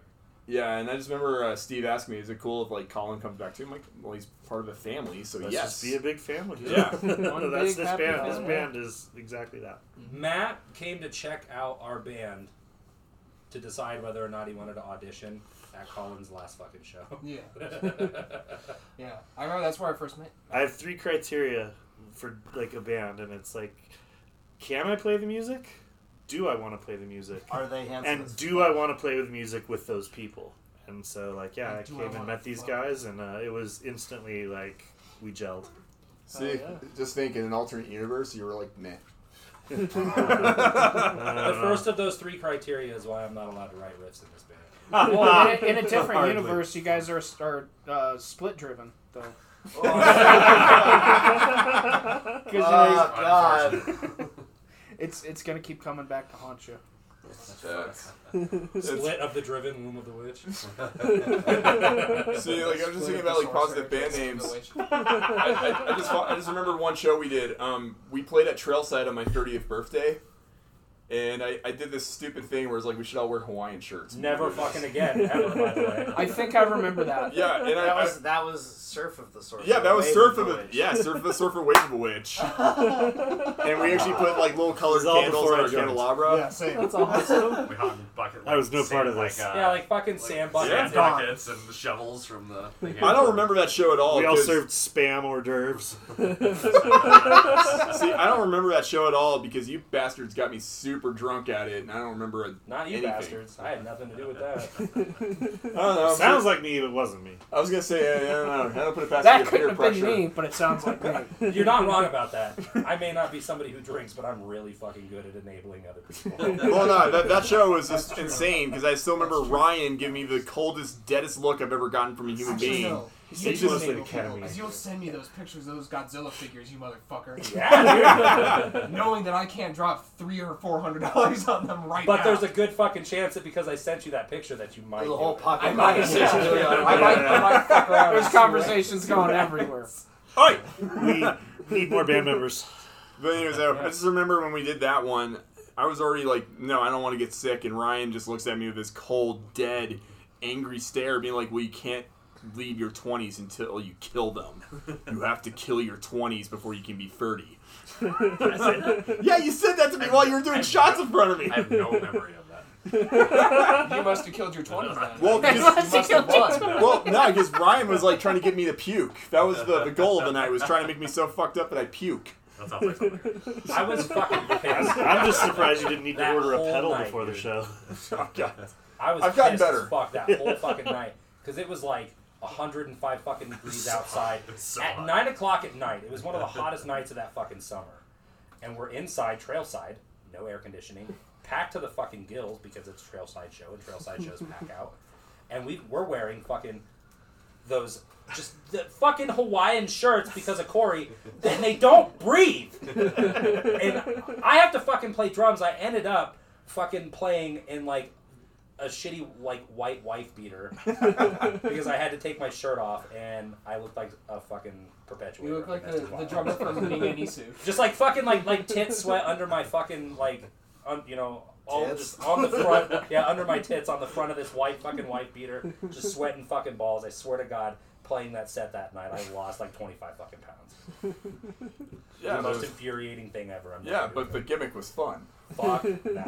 Yeah, and I just remember uh, Steve asked me, "Is it cool if like Colin comes back too?" I'm like, "Well, he's part of the family, so
Let's
yes."
just be a big family.
Yeah.
No, that's
big
this
happy
band. This
family.
band is exactly that.
Mm-hmm.
Matt came to check out our band to decide whether or not he wanted to audition at Colin's last fucking show.
Yeah, yeah. I remember that's where I first met.
I have three criteria for like a band, and it's like, can I play the music? Do I want to play the music?
Are they handsome?
and do I want to play with music with those people? And so, like, yeah,
And
I
do I
came and
wanna
met these
fuck?
guys, and uh, it was instantly like we gelled.
See,
Oh,
just think in an alternate universe, you were like, "Meh."
the first of those three criteria is why I'm not allowed to write riffs in this band.
well, in, a, in a different
Hardly.
universe, you guys are are uh, split driven though.
Oh,
'Cause, you
Uh,
know,
God.
it's it's gonna keep coming back to haunt you.
Split of the driven, womb of the witch.
See, like I'm just thinking about like positive band names. I, I, I just I just remember one show we did. Um, we played at Trailside on my 30th birthday, and I, I did this stupid thing where it's like we should all wear Hawaiian shirts.
Never fucking again, ever, by the way.
I think I remember that.
Yeah, and I,
That
I-
was that was surf of the surf.
yeah that was
Wave
surf
of
of
the
a
Witch.
yeah surf of the surfer wave of a witch, and we actually put like little colored
This is all
candles
before
on
I
our
joined.
candelabra.
That's awesome.
We hung bucket.
I was no part of this.
Like, uh,
yeah, like fucking sand bucket.
sand
Yeah.
buckets and the shovels from the.
I don't remember that show at all.
we all
'cause-
served spam hors d'oeuvres.
See, I don't remember that show at all because you bastards got me super drunk at it, and I don't remember. A,
Not you
Anything.
bastards. I had nothing to do with that.
I don't know.
Sounds like me, but it wasn't me.
I was gonna say, yeah, yeah, I don't know. I don't put it past
That
you to peer
couldn't have
pressure.
been me, but it sounds like me.
You're not wrong about that. I may not be somebody who drinks, but I'm really fucking good at enabling other people.
Well, no, that, that show was just insane because I still remember Ryan giving me the coldest, deadest look I've ever gotten from a human
Actually,
being.
no.
It's
You
just
just
like Academy.
because you'll send me those pictures of those Godzilla figures, you motherfucker.
yeah, dude.
Knowing that I can't drop three or four hundred dollars on them right
But
now.
there's a good fucking chance that because I sent you that picture that you might.
The whole
do it.
pocket.
I might,
conversation.
yeah. I might, I might fuck around.
There's conversations going everywhere.
All right.
We need more band members.
But anyways, though, I just remember when we did that one, I was already like, no, I don't want to get sick, and Ryan just looks at me with this cold, dead, angry stare, being like, well, you can't leave your 20s until you kill them. You have to kill your 20s before you can be 30. I said, yeah, you said that to me while you were doing shots in front of me.
I have no memory of that.
You must have killed your twenties then.
Well,
you
because,
must have won.
well, no, because Ryan was like trying to get me to puke. That was the, the goal of the night was trying to make me so fucked up that I puke.
That sounds like something.
I was fucking pissed.
I'm just surprised you didn't need to
That
order a
whole
pedal
night,
before the
dude.
show.
Oh, God.
I was
I've gotten
pissed
better.
as fuck that whole fucking night because it was like 105 fucking degrees outside
It's so
at
hot.
nine o'clock at night. It was one of the hottest nights of that fucking summer, and we're inside trailside, no air conditioning, packed to the fucking gills because it's trailside show and trailside shows pack out, and we we're wearing fucking those. Just the fucking Hawaiian shirts because of Corey, and they don't breathe. and I have to fucking play drums. I ended up fucking playing in like a shitty like white wife beater because I had to take my shirt off and I looked like a fucking perpetuator.
You look like
That's
the,
why.
the drummer from Meeting Any Sue.
Just like fucking like like tit sweat under my fucking like un, you know all
Tits?
just on the front yeah under my tits on the front of this white fucking white beater just sweating fucking balls. I swear to God. Playing that set that night, I lost like twenty five fucking pounds.
Yeah,
the
but,
most infuriating thing ever. I'm
yeah,
never
but the gimmick was fun.
Fuck that.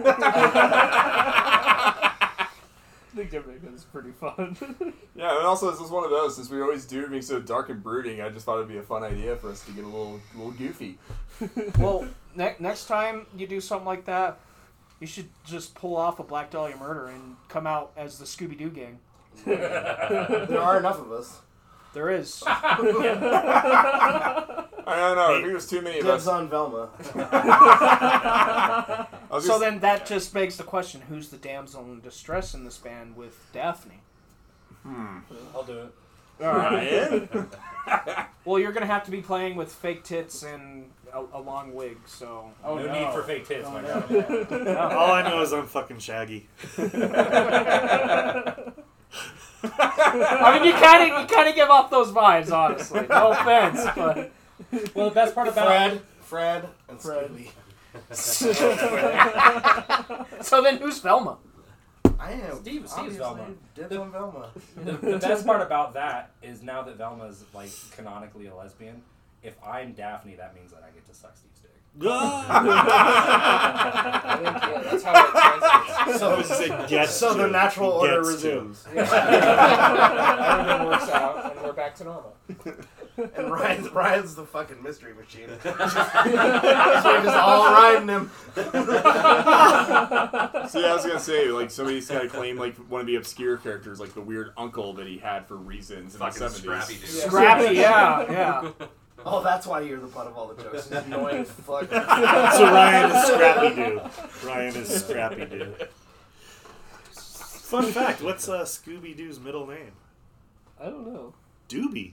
The gimmick is pretty fun.
Yeah, and also this is one of those since we always do being so dark and brooding. I just thought it'd be a fun idea for us to get a little, little goofy.
well, ne- next time you do something like that, you should just pull off a Black Dahlia murder and come out as the Scooby Doo gang.
There are enough of us.
There is.
Ah,
I don't know. I think there's too many of
Dibs
us. I
on Velma.
was
so
gonna
then that just begs the question: Who's the damsel in distress in this band with Daphne?
I'll do it.
Ryan?
Well, you're gonna have to be playing with fake tits and a, a long wig, so
Oh,
no,
no.
need for fake tits,
Oh,
my
no.
god.
All I know is I'm fucking shaggy.
I mean, you kind of you kind of give off those vibes, honestly. No offense, but
Well, the best part about
Fred, Fred, and
Fred.
Scooby.
so then who's Velma?
I am.
Steve- Steve's
obviously
Velma.
Dibs on Velma.
the, the best part about that is now that Velma's like canonically a lesbian, if I'm Daphne, that means that I get to suck Steve's dick.
I think, yeah, that's how it translates.
So,
Get
so the
to.
natural
He
order
gets to.
resumes.
Everything works out, and we're back to normal.
And Ryan's, Ryan's the fucking mystery machine. Just- we're just all riding him.
So yeah, I was gonna say like somebody's gotta claim like one of the obscure characters, like the weird uncle that he had for reasons in the
Fucking scrappy
seventies.
dude.
Scrappy, yeah, yeah.
Oh, that's why you're the butt of all the jokes. You annoying fuck.
So Ryan is Scrappy Doo. Ryan is Scrappy Doo. Fun fact: What's uh, Scooby Doo's middle name?
I don't know.
Doobie.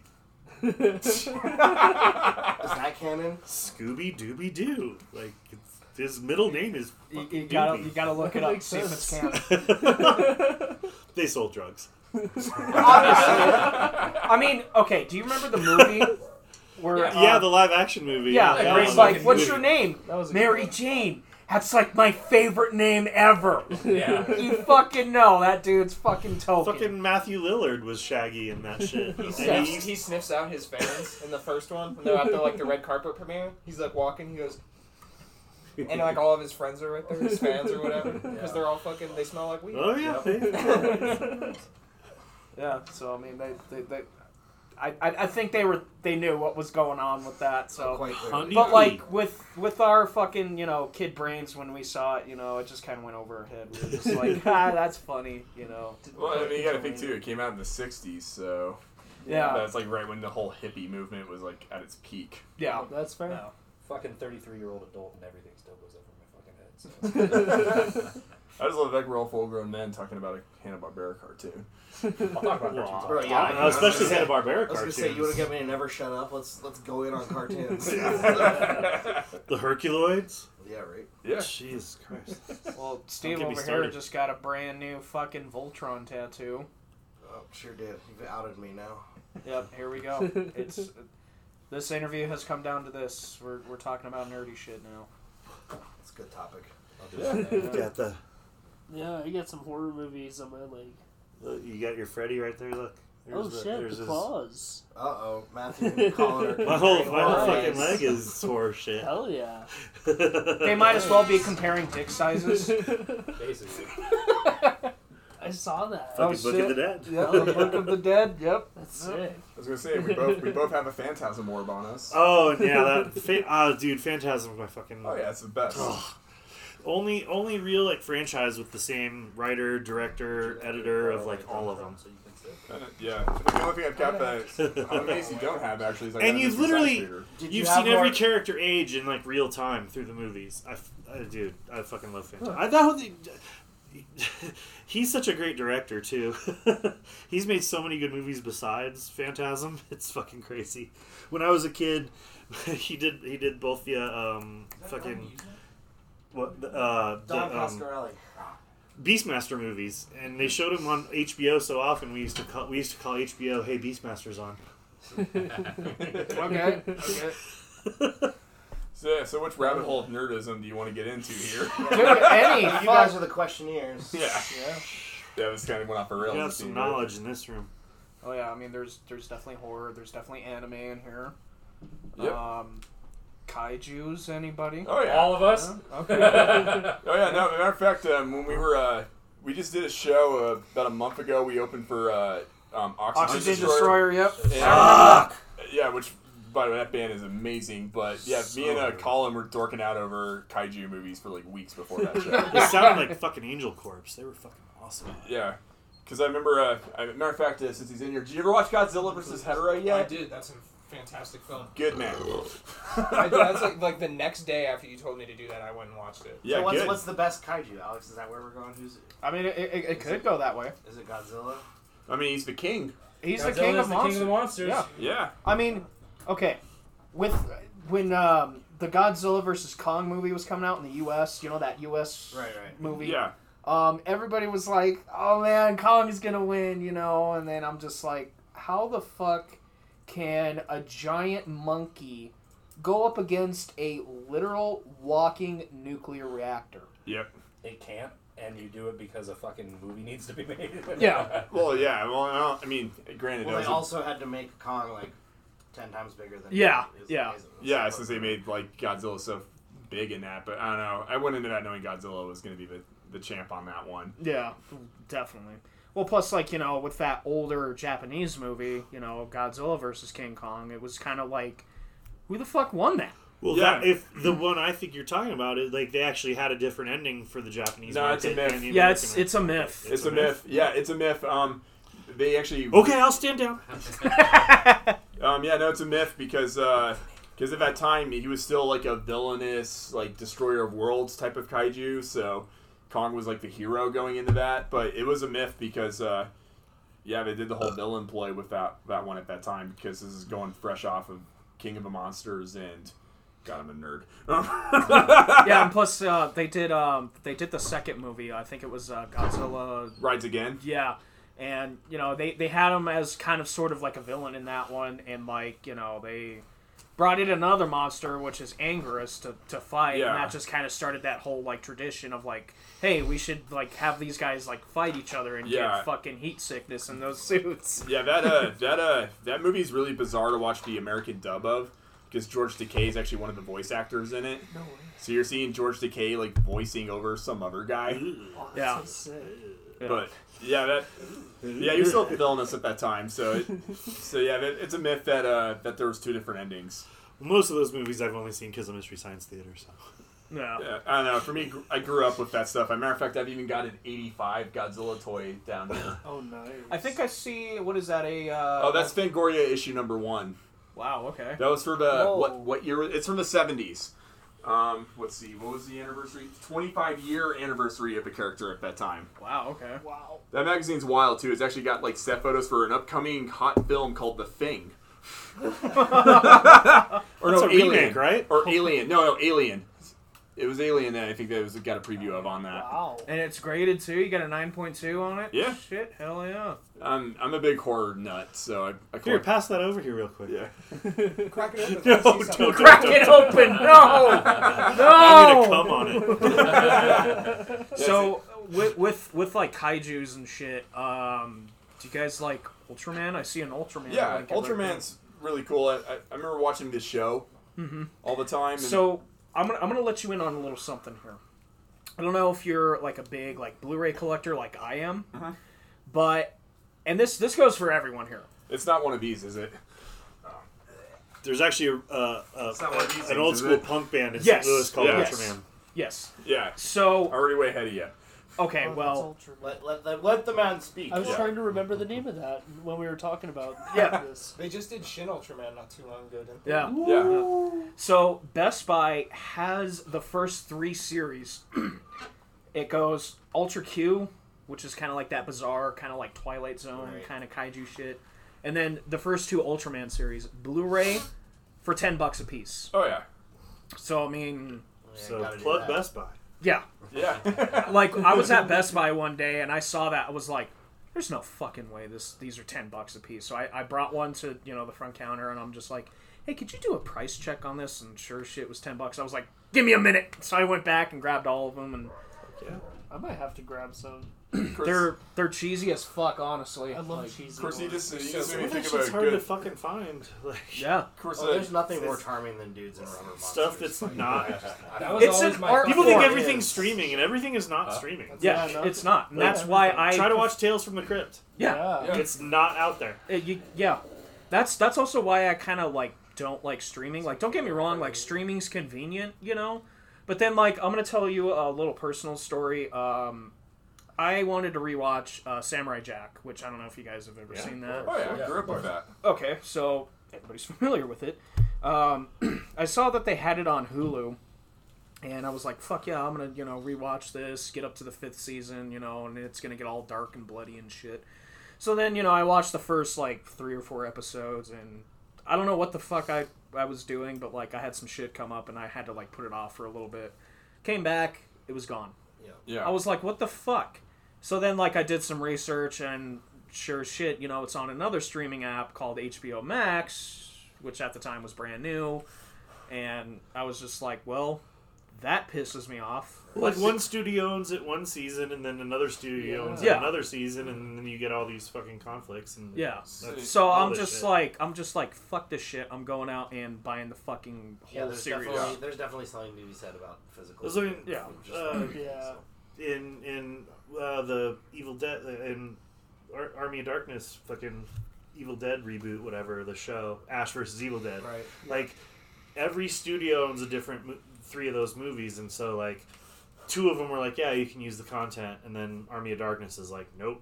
Is that canon?
Scooby Dooby Doo. Like it's, his middle name is
You,
fucking
you gotta you
Doobie.
gotta look it
That
up.
makes
See if it's
sense.
canon.
they sold drugs.
Obviously. I mean,
oh,
okay. Do you remember the movie where?
yeah,
uh,
um,
the live action movie.
yeah.
that
where
was
he's
a
like,
good
what's
movie.
your name?
That was a good
Mary
one.
Jane. That's like my favorite name ever.
Yeah.
you fucking know that dude's fucking token.
Fucking Matthew Lillard was Shaggy in that shit. And
Yeah,
he-
he sniffs out his fans in the first one when they're at the like the red carpet premiere. He's like walking. He goes, and like all of his friends are right there, his fans or whatever, because
Yeah.
they're all fucking. They smell like weed.
oh yeah.
Yeah. So I mean, they they. they I, I I think they were they knew what was going on with that. So
Quite
Honey-
clearly.
But like with with our fucking you know kid brains when we saw it, you know, it just kind of went over our head. We were just like, ah, that's funny, you know.
Well, I mean, you gotta think too. It came out in the '60s, so
Yeah,
that's like right when the whole hippie movement was like at its peak.
yeah.
That's fair.
No.
fucking 33 year old adult and everything still goes over my fucking head. So.
I just love that we're all full-grown men talking about a Hanna Barbera cartoon.
I'll talk about cartoons.
Bro, yeah,
Uh, especially Hanna Barbera
I was gonna
cartoons.
say you would have given me a never shut up. Let's let's go in on cartoons. yeah,
yeah,
the Herculoids.
right.
Jesus Christ.
Well, Steve
get me
over here
started.
just got a brand new fucking Voltron tattoo.
Oh, sure did. You've outed me now.
Yep, here we go. It's this interview has come down to this. We're we're talking about nerdy shit now.
It's a good topic.
got the.
Yeah, I got some horror movies on my leg.
Look, you got your Freddy right there. Look.
Oh
There's the-
shit,
there's
the
his-
claws.
Uh oh, Matthew calling her.
My whole my
Nice.
whole fucking leg is horror shit.
Hell yeah.
They might as well be comparing dick sizes.
Basically.
I saw that.
Fucking
Oh,
Book
shit.
of the Dead.
Yep, the Book of the Dead. Yep.
That's sick.
I was gonna say we both we both have a phantasm orb on us.
Oh yeah, that fa- ah dude, Phantasm was my fucking
Oh yeah, it's the best.
Ugh. only only real like franchise with the same writer, director, editor of like all of them.
So you can sit.
Uh, Yeah, the only thing I've got that I'm amazed you don't have actually is I got
And
a
you've
Mr.
literally-
Sidefitter.
Did
You've
you have
seen every
more-
character age in like real time through the movies. I, f- I- dude, I fucking love Phantasm. I thought the, he's such a great director too. he's made so many good movies besides Phantasm. It's fucking crazy. When I was a kid, he did he did both the uh, um fucking what the, uh the,
Don
um,
Pasquarelli.
Beastmaster movies, and they showed him on HBO so often. We used to call we used to call HBO, "Hey, Beastmaster's on."
Okay. Okay.
So, yeah, so which rabbit hole of nerdism do you want to get into here?
Dude, any
You
fuck-
guys are the questionnaires.
yeah,
Yeah.
yeah, this kind of went off the rails.
We have
this
some
scene,
knowledge in this room.
Oh yeah, I mean there's there's definitely horror, there's definitely anime in here.
Yep.
Um kaiju's anybody?
Oh yeah.
All of us?
oh yeah. No, as a matter of fact, um, when we were uh, we just did a show uh, about a month ago. We opened for uh, um, Oxygen,
Oxygen Destroyer,
Destroyer.
yep.
And-
Ah!
uh, Yeah, which by the way, that band is amazing. But yeah, me and uh, Colin were dorking out over kaiju movies for like weeks before that show.
They sounded like fucking Angel Corpse. They were fucking awesome.
Yeah, because I remember. Uh, I, matter of fact, uh, since he's in here, did you ever watch Godzilla versus Hedorah
I
yet?
did. That's a fantastic film.
Good man.
I did. That's like, like the next day after you told me to do that, I went and watched it.
Yeah,
so what's,
good.
what's the best kaiju, Alex? Is that where we're going? Who's
I mean it, it, it could go that way.
is it Godzilla?
I mean, he's the king.
He's the
Godzilla's
king of
the king of
monsters.
the monsters.
Yeah.
Yeah.
I mean, okay, with when um, the Godzilla versus Kong movie was coming out in the U.S., you know that U.S.
Right, right.
movie.
Yeah.
Um, everybody was like, "Oh man, Kong is gonna win," you know, and then I'm just like, "How the fuck can a giant monkey go up against a literal walking nuclear reactor?"
Yep.
It can't, and you do it because a fucking movie needs to be made.
Yeah.
Well, yeah. Well, I, don't, I mean, granted,
Well,
that
they
was a-
also had to make Kong like ten times bigger than.
Yeah,
his-
yeah.
his-
yeah, since they made like Godzilla so big in that, but I don't know. I went into that knowing Godzilla was going to be the the champ on that one.
Yeah, definitely. Well, plus, like, you know, with that older Japanese movie, you know, Godzilla versus King Kong, it was kind of like, who the fuck won that?
Well,
Yeah.
that, if the one I think you're talking about is like they actually had a different ending for the Japanese
No, it's
market.
a myth.
and the
Yeah,
American
it's it's a myth.
It's, a myth. Yeah, it's a myth. Um, they actually.
Okay, I'll stand down.
Um, yeah, no, it's a myth because because at that time he was still like a villainous, like destroyer of worlds type of kaiju. So Kong was like the hero going into that, but it was a myth because uh, yeah, they did the whole villain play with that that one at that time because this is going fresh off of King of the Monsters and. God, I'm a nerd.
yeah, and plus, uh, they did um, they did the second movie. I think it was uh, Godzilla.
Rides again.
Yeah, and you know they they had him as kind of sort of like a villain in that one, and like you know they brought in another monster which is Angerus to, to fight
Yeah.
and that just kind of started that whole like tradition of like hey we should like have these guys like fight each other and
Yeah.
get fucking heat sickness in those suits
Yeah, that uh, that uh, that movie is really bizarre to watch the American dub of because George Takei is actually one of the voice actors in it. No way. So you're seeing George Takei like voicing over some other guy, Oh,
yeah
but yeah, that yeah, you're still villainous at that time. So it, so yeah, that, it's a myth that uh, that there was two different endings.
Most of those movies I've only seen because of Mystery Science Theater. So
yeah
Yeah, I don't know. For me, gr- I grew up with that stuff. As a matter of fact, I've even got an '85 Godzilla toy down here.
Oh, nice.
I think I see. What is that? A uh,
Oh, that's Fangoria issue number one.
wow okay
That was for the
Whoa.
what what year? It's from the seventies. Um, let's see, what was the anniversary? Twenty-five year anniversary of the character at that time.
wow okay
That magazine's wild too. It's actually got like set photos for an upcoming hot film called The Thing. or
That's
no,
a
Alien,
remake, right?
Or Alien? No, no, Alien. It was Alien that I think that was got a preview of on that.
Wow.
and it's graded too you got a 9.2 on it
Yeah.
shit hell yeah
I'm I'm a big horror nut, so I, I
here,
collect-
pass that over here real quick.
Yeah.
Crack it open.
No, don't,
Let's see something.
don't,
crack
don't.
it open no
I'm
no
gonna come on it.
So with, with with like kaiju's and shit, um, do you guys like Ultraman? I see an Ultraman.
Yeah,
blanket right
Ultraman's really cool. I, I, I remember watching this show all the time.
there.
And
So I'm gonna I'm gonna let you in on a little something here. I don't know if you're like a big like Blu-ray collector like I am,
Uh-huh.
but and this this goes for everyone
Oh,
here.
it's not one of these, is it?
There's actually a, uh, uh
not one of these
an
things,
old
is
school
it?
punk band in
Yes.
St. Louis called
Yes.
Ultraman.
Yes.
Yeah,
So
already way ahead of you.
okay,
Oh,
well
that's Ultraman.
Let, let, let, let the man speak.
I was
Yeah.
trying to remember the name of that when we were talking about
Yeah.
this.
They just did Shin Ultraman not too long ago, didn't they?
yeah.
Yeah,
So Best Buy has the first three series. it goes Ultra Q, which is kind of like that bizarre, kind of like Twilight Zone
Right.
kind of kaiju shit, and then the first two Ultraman series, Blu-ray, for ten bucks a piece.
Oh yeah.
So I mean,
So
gotta do
plug
that.
Best Buy.
yeah,
Yeah.
like I was at Best Buy one day and I saw that I was like, "There's no fucking way this these are ten bucks a piece." So I, I brought one to you know the front counter and I'm just like, "Hey, could you do a price check on this?" And sure as shit was ten bucks. I was like, "Give me a minute." So I went back and grabbed all of them and
I might have to grab some.
Of course,
they're they're cheesy as fuck, honestly.
I love
Like,
cheesy.
of course you
ones.
just, you just made me
Well, that
think about
shit's
a
hard to
good.
fucking find. Like
Yeah,
Of course,
Oh,
uh,
there's nothing more
it's-
charming than dudes in rubber monsters.
stuff that's
Like,
not.
That was
It's
always
an
my
art
People think
Before.
everything's streaming, and everything is not streaming.
yeah,
Yeah, no.
it's not. And
Like,
that's why I
Try to watch Tales from the Crypt.
Yeah,
Yeah.
It's not out there.
Uh, you- yeah. That's that's also why I kind of like don't like streaming. Like, don't get me wrong. Like, streaming's convenient, you know. But then, like, I'm gonna tell you a little personal story. Um, I wanted to rewatch uh, Samurai Jack, which I don't know if you guys have ever seen that.
Oh yeah, I grew up with that.
Okay, so everybody's familiar with it. Um, I saw that they had it on Hulu, and I was like, "Fuck yeah, I'm gonna you know rewatch this, get up to the fifth season, you know, and it's gonna get all dark and bloody and shit." So then, you know, I watched the first like three or four episodes, and I don't know what the fuck I I was doing, but like I had some shit come up, and I had to like put it off for a little bit. Came back, it was gone.
Yeah.
I was like, what the fuck? So then, like, I did some research, and sure as shit, you know, it's on another streaming app called HBO Max, which at the time was brand new. And I was just like, well, that pisses me off.
Like one studio owns it one season, and then another studio owns it
Yeah.
another season, and then you get all these fucking conflicts. And
Yeah.
that's
So
all
I'm
this
just
shit.
like, I'm just like, fuck this shit. I'm going out and buying the fucking whole
Yeah, there's
series.
definitely, there's definitely something to be said about physical.
Those are-
yeah,
Just
uh,
like-
yeah.
in in uh, the Evil Dead uh, in Ar- Army of Darkness fucking Evil Dead reboot whatever the show Ash versus Evil Dead
Right.
like every studio owns a different mo- three of those movies and so like two of them were like yeah you can use the content and then Army of Darkness is like nope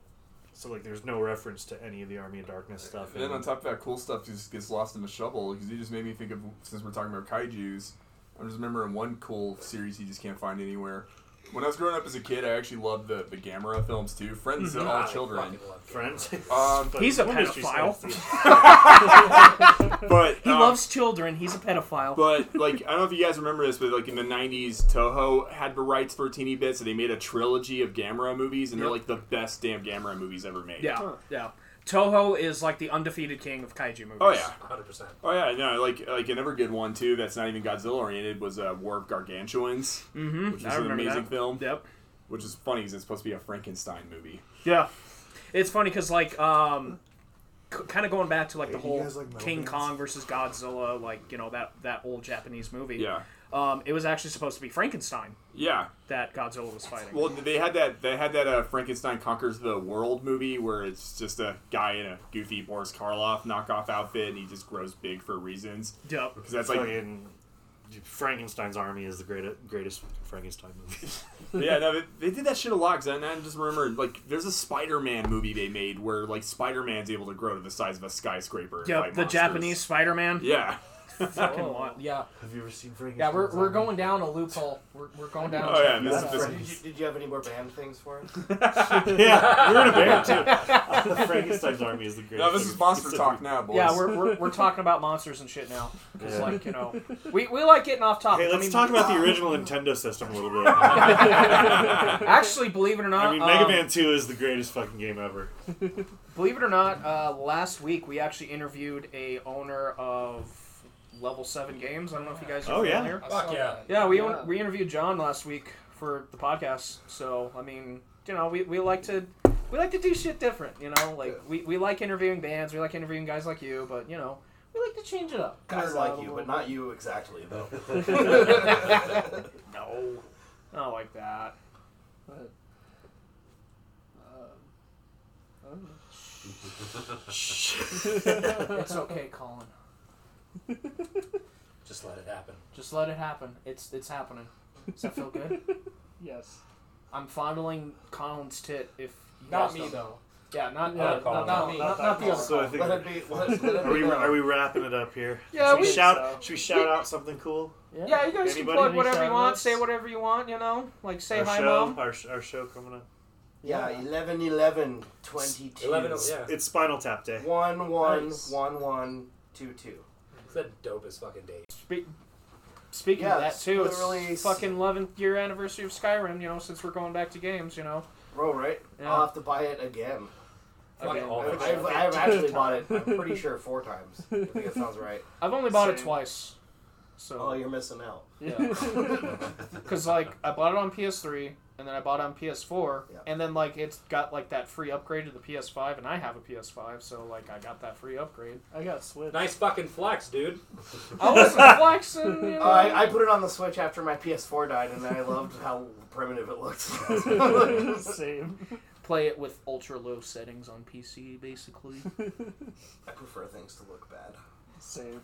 so like there's no reference to any of the Army of Darkness stuff
And then on
and,
top of that, cool stuff just gets lost in the shovel because you just made me think of since we're talking about kaiju's. I just remembering one cool series you just can't find anywhere. When I was growing up as a kid, I actually loved the the Gamera films too. Friends
Mm-hmm.
to all children,
friends
Um,
Fucking
He's a
woman she
pedophile.
but
He
um,
loves children. He's a pedophile.
But like, I don't know if you guys remember this, but like in the '90s, Toho had the rights for a teeny bit, so they made a trilogy of Gamera movies, and they're like the best damn Gamera movies ever made.
yeah, yeah. Toho is like the undefeated king of kaiju movies.
Oh yeah.
100%.
Oh yeah. No, like like another good one too. That's not even Godzilla oriented was uh, War of Gargantuans,
Mm-hmm.
which
I
is an
remember
amazing
that.
film.
Yep.
Which is funny because it's supposed to be a Frankenstein movie.
Yeah, it's funny because like um, c- kind of going back to like the
Hey, do you
whole
guys like metal
King
bands?
Kong versus Godzilla, like you know that that old Japanese movie.
Yeah.
Um, it was actually supposed to be Frankenstein
Yeah.
that Godzilla was fighting.
Well, they had that. They had that uh, Frankenstein conquers the world movie where it's just a guy in a goofy Boris Karloff knockoff outfit, and he just grows big for reasons.
yep.
Because that's like
fucking Frankenstein's Army is the greatest greatest Frankenstein movie.
yeah, no, they, they did that shit a lot. Cause I, and I just remembered, like, there's a Spider-Man movie they made where like Spider-Man's able to grow to the size of a skyscraper. and
Yep.
fight
the
monsters.
Japanese Spider Man.
Yeah.
Fucking wild. Yeah.
Have you ever seen
Yeah,
Frankenstein?
we're, we're going down a loophole. We're, we're going down.
Oh yeah. This,
That's
this,
right.
Did you, did you have any more band things for us?
yeah, we're in a band too. the Frankenstein's Army is the greatest.
no, this is monster talk now, boys.
Yeah, we're, we're, we're talking about monsters and shit now. 'Cause,
Yeah.
like, you know, we, we like getting off topic.
Hey,
I
let's
mean,
talk about the original Nintendo system a little bit. I
Actually, believe it or not,
mean, Mega
um,
Man Two is the greatest fucking game ever.
Believe it or not, uh, last week we actually interviewed a owner of Level Seven Games. I don't know if you guys are
Oh, yeah.
familiar.
I saw
Fuck yeah.
that.
Yeah, we own- we interviewed John last week for the podcast. So I mean, you know, we, we like to we like to do shit different. You know, like we, we like interviewing bands. We like interviewing guys like you, but you know, we like to change it up.
Guys
Nerd out
like
a
you,
little
but not you exactly though.
No, not like that.
But, um, I don't know.
It's okay, Colin.
Just let it happen.
Just let it happen. It's it's happening. Does that feel good?
yes.
I'm fondling Colin's tit. If you
Not
guys
me
don't-
though.
Yeah, not
Yeah,
not,
Colin.
not,
Not me.
Not, not the other.
So I
Colin.
think
let it be. Let, it- let it be
are we
known.
are we wrapping it up here?
Yeah,
should we
Uh, we-
shout
so.
should we shout out something cool?
Yeah, you guys can
Anybody?
plug whatever you
Any
want,
shout-outs?
say whatever you want. You know, like say
our
hi,
show,
mom.
Our, sh- our show coming up.
Yeah, 11, 11, 22.
11,
oh,
yeah.
It's Spinal Tap Day.
One, one,
Nice.
one, one, two, two.
It's the dopest fucking date.
Spe- Speaking
Yeah,
of that
it's
too, it's
literally-
fucking 11th year anniversary of Skyrim. You know, since we're going back to games, you know.
Roll right.
Yeah.
I'll have to buy it again.
Fucking
Okay.
Oh,
all
I-
of
I've,
it.
I've actually bought it. I'm pretty sure four times. I think that sounds right.
I've only bought it
Same.
twice. So.
Oh, you're missing out.
Because like I bought it on PS3 and then I bought it on PS4
Yeah.
and then like it's got like that free upgrade to the PS5 and I have a PS5 so like I got that free upgrade.
I got Switch.
Nice fucking flex, dude.
I wasn't flexing. You know?
Oh, I, I put it on the Switch after my PS4 died, and I loved how primitive it looked. I
Same.
Play it with ultra low settings on PC basically.
prefer things to look bad.
Same.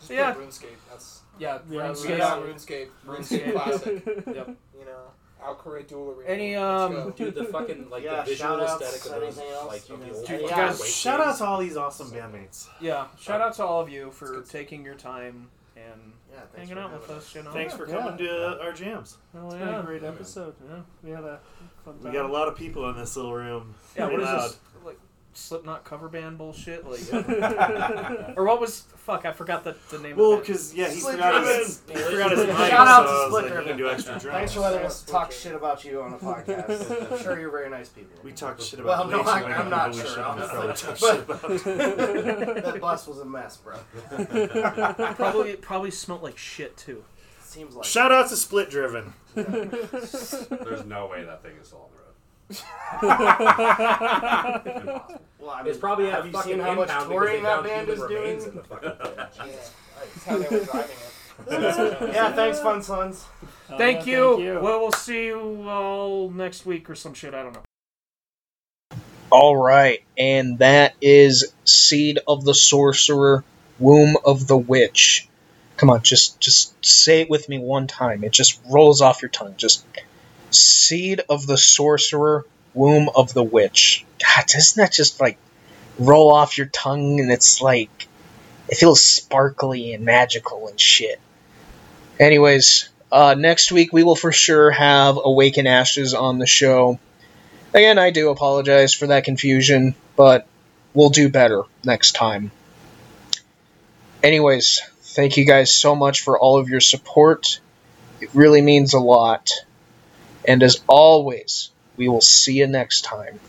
Just
Yeah.
play RuneScape. That's
Yeah,
Yeah,
RuneScape.
RuneScape.
Yeah. RuneScape. RuneScape classic.
Yep.
You know, Alcora Duel Arena.
Any,
Let's
um,
go.
Dude, the fucking, like,
Yeah,
the visual
shout-outs,
aesthetic of those,
anything else
like,
you
of the
guys-
old
Dude, you
fucking
guys,
wave
Shout out
games.
to all these awesome bandmates.
Yeah, shout out to all of you for taking your time
and
Yeah, thanks
hanging
for
out
having
with us. You know,
Thanks for
Yeah.
coming to uh, our jams.
Oh,
It's
yeah.
been a great
Yeah.
episode.
Yeah, we had a fun
We
time.
got a lot of people in this little room.
Yeah, what is
Loud.
this? Like Slipknot cover band bullshit? Like,
Yeah.
or what was? Fuck, I forgot the, the name.
Well,
of it.
because yeah, he
Split
forgot his,
Driven.
he forgot his mic,
Shout out to
so I was
Split
like, you can
Driven.
do extra
Thanks
drinks.
for letting us talk shit about you on a podcast. I'm sure you're very nice people.
We talked shit
Well,
about
no,
way
I-
too
I'm not
many people we
sure,
shouldn't have
honestly,
probably talked
but-
shit about.
that bus was a mess, bro.
probably it probably smelled like shit too.
Seems like.
Shout out to Split Driven.
There's no way that thing is still on the road.
Well, I mean,
It's probably
have
you
you seen
seen
how much touring that band is doing?
In the fucking pit.
Jesus.
That's how they were driving it.
yeah, thanks, fun sons.
thank,
yeah,
you.
thank you.
Well, we'll see you all next week or some shit. I don't know.
All right, and that is Seed of the Sorcerer, Womb of the Witch. Come on, just just say it with me one time. It just rolls off your tongue. Just Seed of the Sorcerer, Womb of the Witch. God, doesn't that just like roll off your tongue and it's like it feels sparkly and magical and shit. Anyways, uh, next week we will for sure have Awaken Ashes on the show. Again, I do apologize for that confusion, but we'll do better next time. Anyways, thank you guys so much for all of your support. It really means a lot. And as always, we will see you next time.